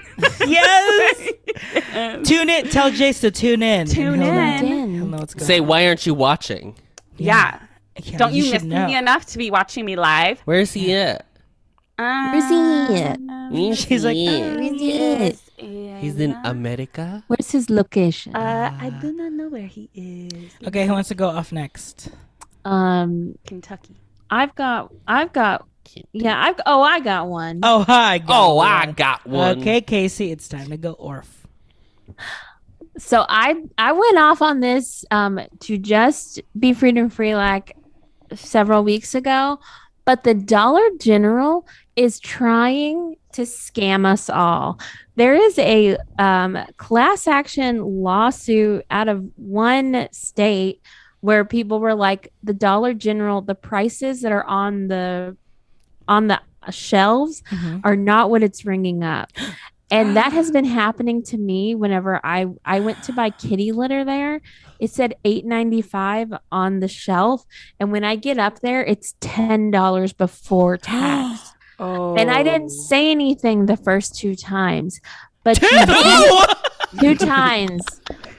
S1: Yes. tune it. Tell Jace to tune in. and
S3: Tune
S1: he'll know- he'll
S3: in.
S2: Then
S1: know what's going
S4: Say,
S1: on.
S4: why aren't you watching?
S3: yeah.
S1: Yeah,
S3: Don't you,
S1: should
S3: miss
S1: know.
S3: me enough to be watching me live?
S4: Where's he at?
S2: where's he at?
S4: Where's
S1: She's like,
S4: he at?
S2: Where's he at?
S4: he's in America.
S2: Where's his location?
S3: Uh, I do not know where he is.
S1: Okay, who wants to go off next?
S2: um,
S3: Kentucky.
S2: I've got, I've got, yeah, I've, oh, I got one.
S1: Oh hi.
S4: Oh, I
S1: Gabriel.
S4: got one.
S1: Okay, Casey, it's time to go orf.
S2: So I, I went off on this um to just be freedom free like several weeks ago, but the Dollar General is trying to scam us all. There is a um, class action lawsuit out of one state where people were like the Dollar General, the prices that are on the on the shelves
S1: Mhm.
S2: are not what it's ringing up. And that has been happening to me whenever I I went to buy kitty litter there. It said 8.95 on the shelf and when I get up there it's $10 before tax.
S3: Oh.
S2: And I didn't say anything the first two times, but two,
S4: Oh!
S2: two times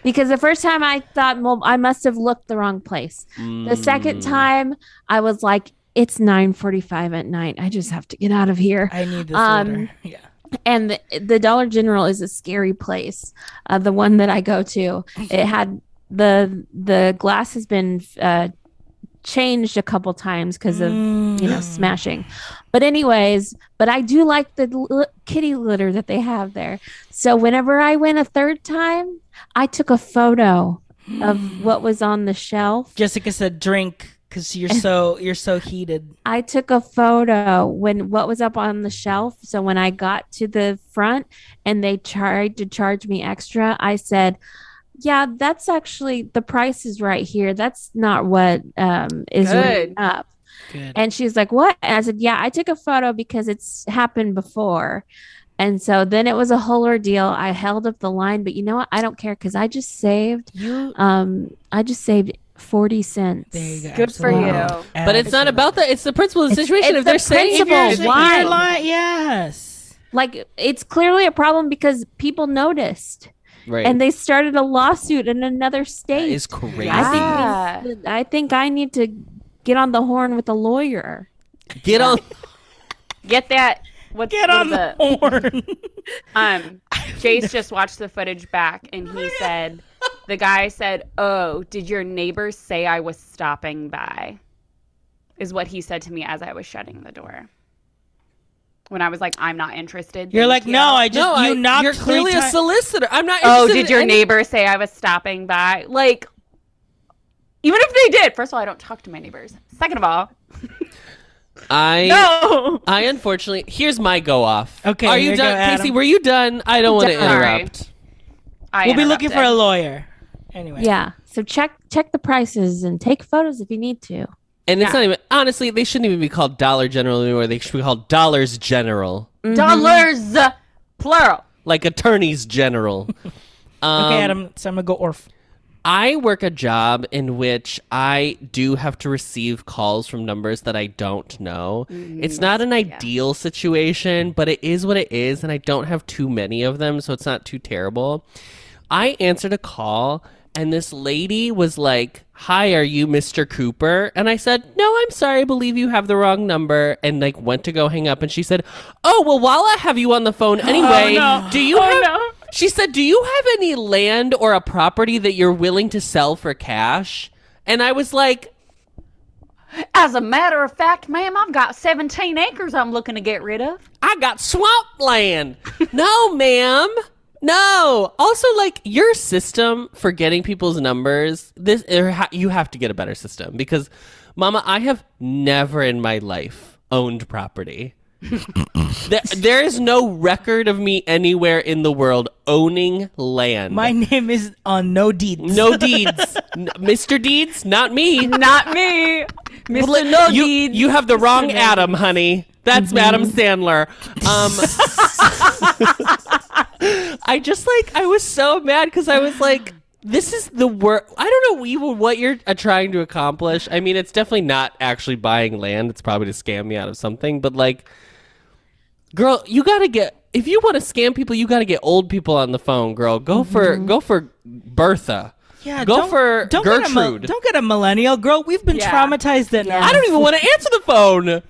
S2: because the first time I thought, well, I must have looked the wrong place. The second
S4: Mm.
S2: time I was like, it's 9:45 at night. I just have to get out of here.
S1: I need this
S2: Um,
S1: order. Yeah.
S2: And the, the Dollar General is a scary place. Uh, the one that I go to, it had the the glass has been uh, changed a couple times because of you
S1: Mm.
S2: know, smashing. But anyways, but I do like the l- kitty litter that they have there. So whenever I went a third time, I took a photo
S1: Mm.
S2: of what was on the shelf.
S1: Jessica said drink because you're so you're so heated.
S2: I took a photo when what was up on the shelf. So when I got to the front and they tried to charge me extra, I said, "Yeah, that's actually the price is right here. That's not what um, is
S3: Good.
S2: written up."
S1: Good.
S2: And she's like, "What?" And I said, "Yeah, I took a photo because it's happened before." And so then it was a whole ordeal. I held up the line, but you know what? I don't care because I just saved.
S1: you
S2: Um, I just saved forty cents.
S1: there you go.
S3: Good for
S1: Absolutely.
S3: you.
S4: But it's not
S1: Absolutely.
S4: about that. It's the principle of the
S2: It's-
S4: situation.
S2: it's
S4: if they're
S2: the
S4: saying,
S1: If you're-
S2: Principle,
S1: if you're
S2: why?
S1: lying- yes.
S2: Like it's clearly a problem because people noticed,
S4: right,
S2: and they started a lawsuit in another
S4: that
S2: state.
S4: is crazy.
S3: Yeah.
S2: I think I think I need to get on the horn with a lawyer.
S4: Get on.
S3: Get that. What,
S1: Get
S3: what
S1: on
S3: is
S1: the
S3: it?
S1: horn.
S3: Um, Jace just watched the footage back, and he said, "The guy said, oh, did your neighbors say I was stopping by?" Is what he said to me as I was shutting the door. When I was like, "I'm not interested."
S1: You're
S3: thank
S1: like, no, I just
S4: no, I,
S1: you knocked
S4: you're clearly
S1: three
S4: a
S1: ti-
S4: solicitor. I'm not.
S3: oh,
S4: interested
S3: did
S4: in
S3: your
S4: any-
S3: neighbor say I was stopping by? Like, even if they did, first of all, I don't talk to my neighbors. Second of all,
S4: I
S3: no.
S4: I unfortunately here's my go off.
S1: Okay,
S4: are you
S1: here you
S4: done,
S1: go, Adam.
S4: Casey? Were you done? I don't want to
S2: Done. Sorry.
S4: interrupt.
S3: I
S1: We'll be looking for a
S3: interrupted.
S1: lawyer. Anyway.
S2: Yeah. So check check the prices and take photos if you need to.
S4: And it's not even honestly, they shouldn't even be called Dollar General anymore. They should be called Dollars General,
S3: Mm-hmm. Dollars, plural.
S4: like Attorneys General. Um,
S1: okay, Adam, so I'm gonna go orf.
S4: I work a job in which I do have to receive calls from numbers that I don't know. It's not an ideal situation, but it is what it is, and I don't have too many of them, so it's not too terrible. I answered a call, and this lady was like, Hi, are you Mr. Cooper? And I said, No, I'm sorry, I believe you have the wrong number, and like went to go hang up, and she said, Oh, well, while I have you on the phone anyway, do you have.
S3: Oh, no.
S4: She said, Do you have any land or a property that you're willing to sell for cash? And I was like,
S3: As a matter of fact, ma'am, I've got 17 acres I'm looking to get rid of.
S4: I got swamp land. no, ma'am. No. Also, like your system for getting people's numbers, this er, ha- you have to get a better system because, Mama, I have never in my life owned property. there, there is no record of me anywhere in the world owning land.
S1: My name is on no deeds.
S4: no deeds, N- Mr. Deeds, not me.
S3: Not me. Mr.
S4: Well,
S3: no
S4: you,
S3: Deeds.
S4: you have the wrong Adam, honey. That's Adam Sandler. Um, I just like I was so mad because I was like, this is the worst. I don't know even what you're uh, trying to accomplish. I mean, it's definitely not actually buying land. It's probably to scam me out of something. But like, girl, you gotta get if you want to scam people, you gotta get old people on the phone, girl. Go for go for Bertha.
S1: Yeah,
S4: go
S1: don't-
S4: for
S1: don't Get a, mil-
S4: Gertrude.
S1: don't get a millennial girl. We've been
S3: Yeah.
S1: traumatized that
S4: I don't even want to answer the phone. You're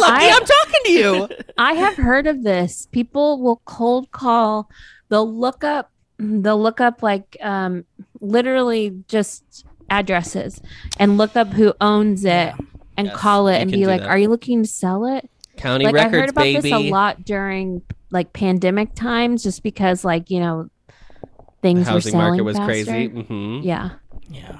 S4: lucky
S2: I-
S4: I, am talking to you.
S2: I have heard of this. People will cold call. They'll look up. They'll look up like um, literally just addresses and look up who owns it and
S4: Yes,
S2: call it
S4: you
S2: and
S4: can
S2: be
S4: do
S2: like,
S4: that.
S2: "Are you looking to sell it?"
S4: County
S2: like
S4: records,
S2: I heard about
S4: baby.
S2: this a lot during like pandemic times, just because like you know
S4: The
S2: things were
S4: housing
S2: selling
S4: market was
S2: faster.
S4: crazy. hmm
S2: Yeah,
S1: Yeah.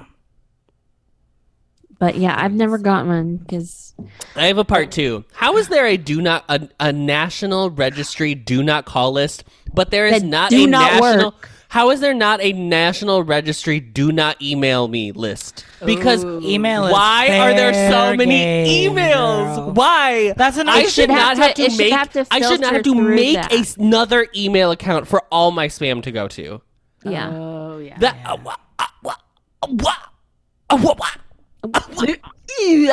S2: but yeah, I've never gotten one because
S4: I have a part two. How is there a do not a, a national registry do not call list, but there is
S2: That
S4: not
S2: do
S4: a
S2: not
S4: national?
S2: work.
S4: How is there not a national registry do not email me list? Because
S1: Email is
S4: why are there so
S1: fair
S4: many
S1: game,
S4: emails?
S1: girl.
S4: Why?
S1: That's an
S4: I
S1: option.
S4: should
S2: have
S4: not
S2: to-
S4: have to
S2: it should
S4: make.
S2: have to
S4: I should
S2: filter
S4: not have to
S2: through
S4: make
S2: that.
S4: a- another email account for all my spam to go to.
S2: yeah,
S3: Oh, yeah.
S4: That uh, wah, uh, wah, uh, wah, uh, wah, wah, uh, wah.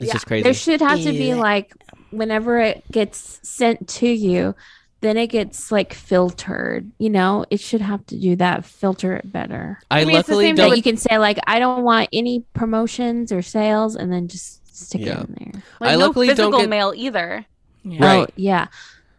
S4: It's just crazy.
S2: there should have to be
S1: Yeah.
S2: like whenever it gets sent to you, then it gets like filtered. You know, it should have to do that, filter it better.
S4: I,
S3: I mean, it's the
S4: luckily
S3: same
S4: don't.
S2: That you can say like, "I don't want any promotions or sales," and then just stick
S4: Yeah.
S2: it in there.
S3: like,
S4: I
S3: no
S4: luckily don't
S3: physical
S4: get-
S3: mail either.
S1: Yeah.
S4: Right.
S2: Oh yeah,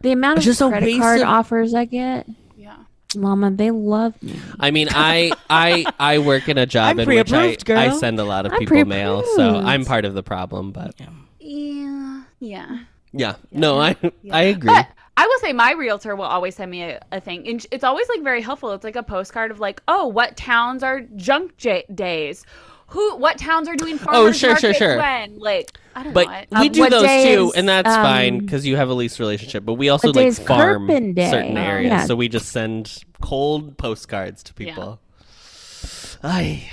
S2: the amount
S4: It's
S2: of
S4: just a
S2: credit
S4: waste
S2: card
S4: of-
S2: offers I get,
S3: Yeah.
S2: Mama, they love me.
S4: I mean, I I I work in a job
S1: I'm
S4: in which I,
S1: pre-approved, girl.
S4: I send a lot of
S2: I'm
S4: people mail, so
S2: pre-approved.
S4: I'm part of the problem. But
S3: Yeah. Yeah.
S4: yeah, no, I I agree.
S3: But I will say my realtor will always send me a, a thing. And sh- it's always like very helpful. It's like a postcard of like, oh, what towns are junk j- days? Who? What towns are doing farmers
S4: Oh, sure, sure,
S3: markets
S4: sure.
S3: When? Like, I don't know. I-
S4: But we
S2: Uh,
S4: do
S2: what
S4: those
S2: day
S4: too,
S2: is,
S4: and that's
S2: um,
S4: fine because you have a lease relationship. But we also
S2: what day
S4: like
S2: is
S4: farm
S2: Kirpin Day?
S4: certain
S2: Oh,
S4: areas,
S2: yeah.
S4: so we just send cold postcards to people. Ay,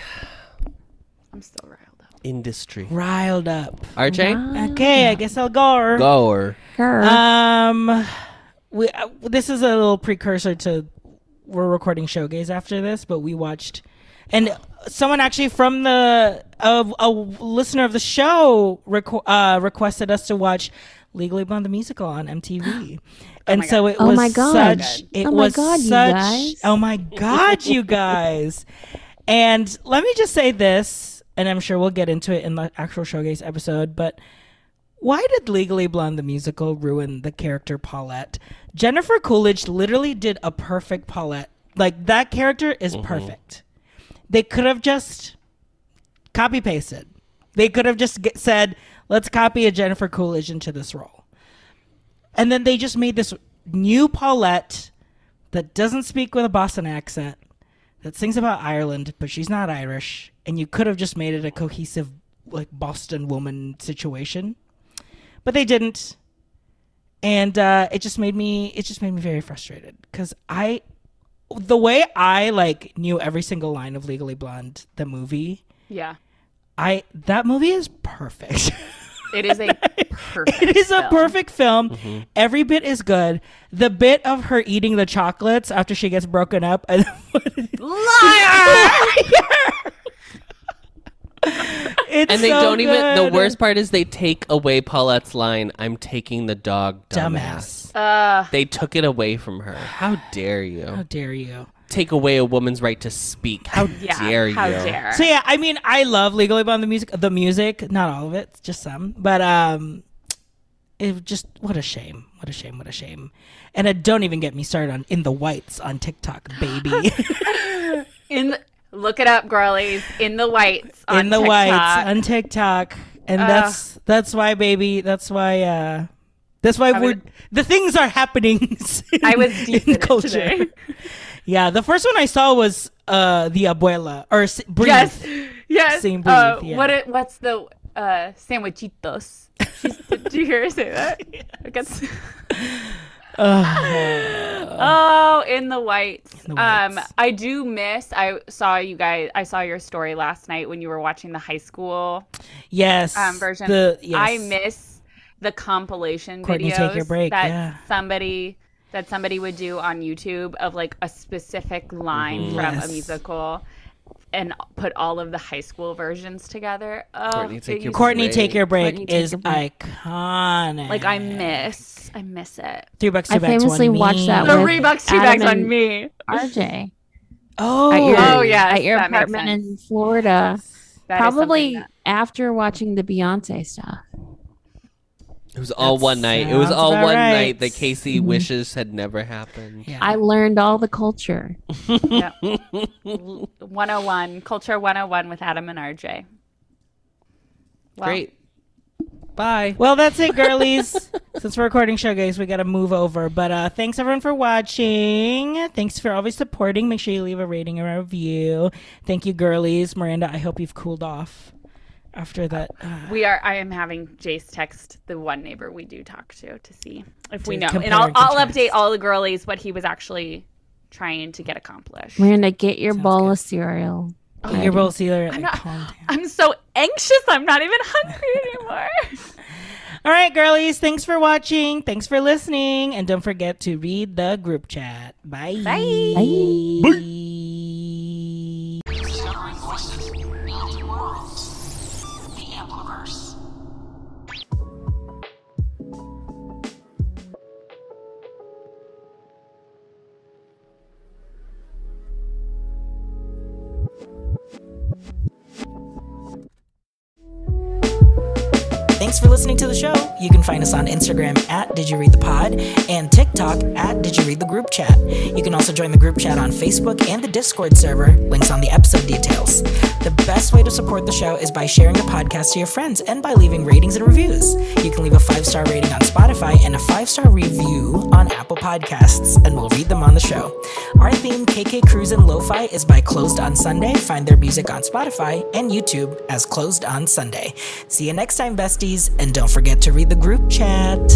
S3: I'm still riled up.
S4: industry.
S1: Riled up.
S4: RJ,
S1: Okay, I guess I'll go.
S4: goer.
S2: Girl.
S4: Uh,
S1: Um, we uh, this is a little precursor to we're recording Showgaze after this, but we watched, and someone actually from the of a listener of the show requ- uh, requested us to watch Legally Blonde the musical on MTV, and so it
S2: Oh
S1: was
S2: my Oh God.
S1: such it
S2: Oh my
S1: was
S2: God, you
S1: such
S2: guys.
S1: oh my god you guys, and let me just say this, and I'm sure we'll get into it in the actual Showgaze episode, but. Why did Legally Blonde the musical ruin the character Paulette? Jennifer Coolidge literally did a perfect Paulette. Like that character is perfect. They could have just copy pasted. They could have just get, said, "Let's copy a Jennifer Coolidge into this role." And then they just made this new Paulette that doesn't speak with a Boston accent, that sings about Ireland, but she's not Irish, and you could have just made it a cohesive like Boston woman situation but they didn't and uh, it just made me it just made me very frustrated because i the way i like knew every single line of legally blonde the movie
S3: Yeah.
S1: i that movie is perfect.
S3: It is a perfect.
S1: it is a
S3: film.
S1: perfect film.
S4: Mm-hmm.
S1: Every bit is good. The bit of her eating the chocolates after she gets broken up. and-
S3: liar.
S1: it's
S4: And they
S1: so
S4: don't even. The
S1: good.
S4: worst part is they take away Paulette's line. I'm taking the dog,
S1: Dumbass.
S4: dumbass.
S3: Uh,
S4: They took it away from her. How dare you
S1: How dare you?
S4: take away a woman's right to speak? How
S3: yeah.
S4: dare you?
S3: How dare?
S1: So yeah, I mean, I love Legally Blonde the music. The music, not all of it, just some. But um, it just what a shame. What a shame. What a shame. And uh, don't even get me started on in the whites on TikTok, baby.
S3: In the, look it up, girlies. In the whites. On
S1: in the
S3: TikTok.
S1: whites on TikTok, and that's that's why, baby. That's why. uh That's why we're the things are happening. In,
S3: I was deep in, it today.
S1: Yeah, the first one I saw was uh the abuela or s- breathe.
S3: Yes. Yes.
S1: Same
S3: uh,
S1: breathe, yeah.
S3: What? It, what's the uh, sandwichitos? She's, did you hear her say that? I guess. oh, in the whites.
S1: Uh, the
S3: Um,
S1: whites.
S3: I do miss. I saw you guys. I saw your story last night when you were watching the high school
S1: Yes.
S3: um, version.
S1: The, yes.
S3: I miss the compilation
S1: Courtney,
S3: videos
S1: take your break,
S3: that
S1: yeah.
S3: somebody that somebody would do on YouTube of like a specific line from
S1: Mm-hmm. Yes.
S3: a musical and put all of the high school versions together. Oh,
S4: Courtney, take
S3: it
S4: your
S3: used-
S1: Courtney, take your break
S2: Courtney, Take
S1: is
S2: Your Break.
S1: iconic.
S3: like I miss, I miss it.
S1: three bucks, two
S2: I
S1: bucks,
S2: famously
S1: one
S2: watched that
S1: meme.
S2: with-
S3: Three bucks, two
S2: Adam
S3: bucks on
S2: and-
S3: me.
S2: RJ
S1: Oh,
S2: at your,
S3: Oh, yes,
S2: at your
S3: that makes
S2: apartment
S3: sense.
S2: in Florida.
S3: That is something
S2: probably
S3: that-
S2: after watching the Beyonce stuff.
S4: It was all
S1: That
S4: one night. It was
S1: sounds
S4: all
S1: about
S4: one
S1: right. Mm-hmm.
S4: night that Casey wishes had never happened.
S1: Yeah.
S2: I learned all the culture.
S3: yeah. 101 culture 101 with Adam and RJ. Well,
S4: Great. Bye.
S1: Well, that's it, girlies. Since we're recording showgaze, we got to move over. But uh, thanks everyone for watching. Thanks for always supporting. Make sure you leave a rating or a review. Thank you, girlies. Miranda, I hope you've cooled off after that. Uh,
S3: We are. I am having Jace text the one neighbor we do talk to to see if we
S1: To
S3: know,
S1: compare
S3: and I'll,
S1: and
S3: I'll
S1: contrast.
S3: update all the girlies what he was actually trying to get accomplished.
S2: Miranda, get your bowl of cereal.
S1: your roll sealer.
S3: I'm
S1: like,
S3: not-
S1: calm down.
S3: I'm so anxious. I'm not even hungry anymore.
S1: All right, girlies. Thanks for watching. Thanks for listening. And don't forget to read the group chat. Bye.
S3: Bye.
S1: Bye.
S5: Discovering voices, building worlds, the Ampliverse.
S1: Thanks for listening to the show. You can find us on Instagram at Did You Read the Pod and TikTok at Did You Read the Group Chat. You can also join the group chat on Facebook and the Discord server. Links on the episode details. The best way to support the show is by sharing the podcast to your friends and by leaving ratings and reviews. You can leave a five star rating on Spotify and a five star review on Apple Podcasts, and we'll read them on the show. Our theme, KK Cruise and Lo-Fi, is by Closed on Sunday. Find their music on Spotify and YouTube as Closed on Sunday. See you next time, besties, and don't forget to read the group chat.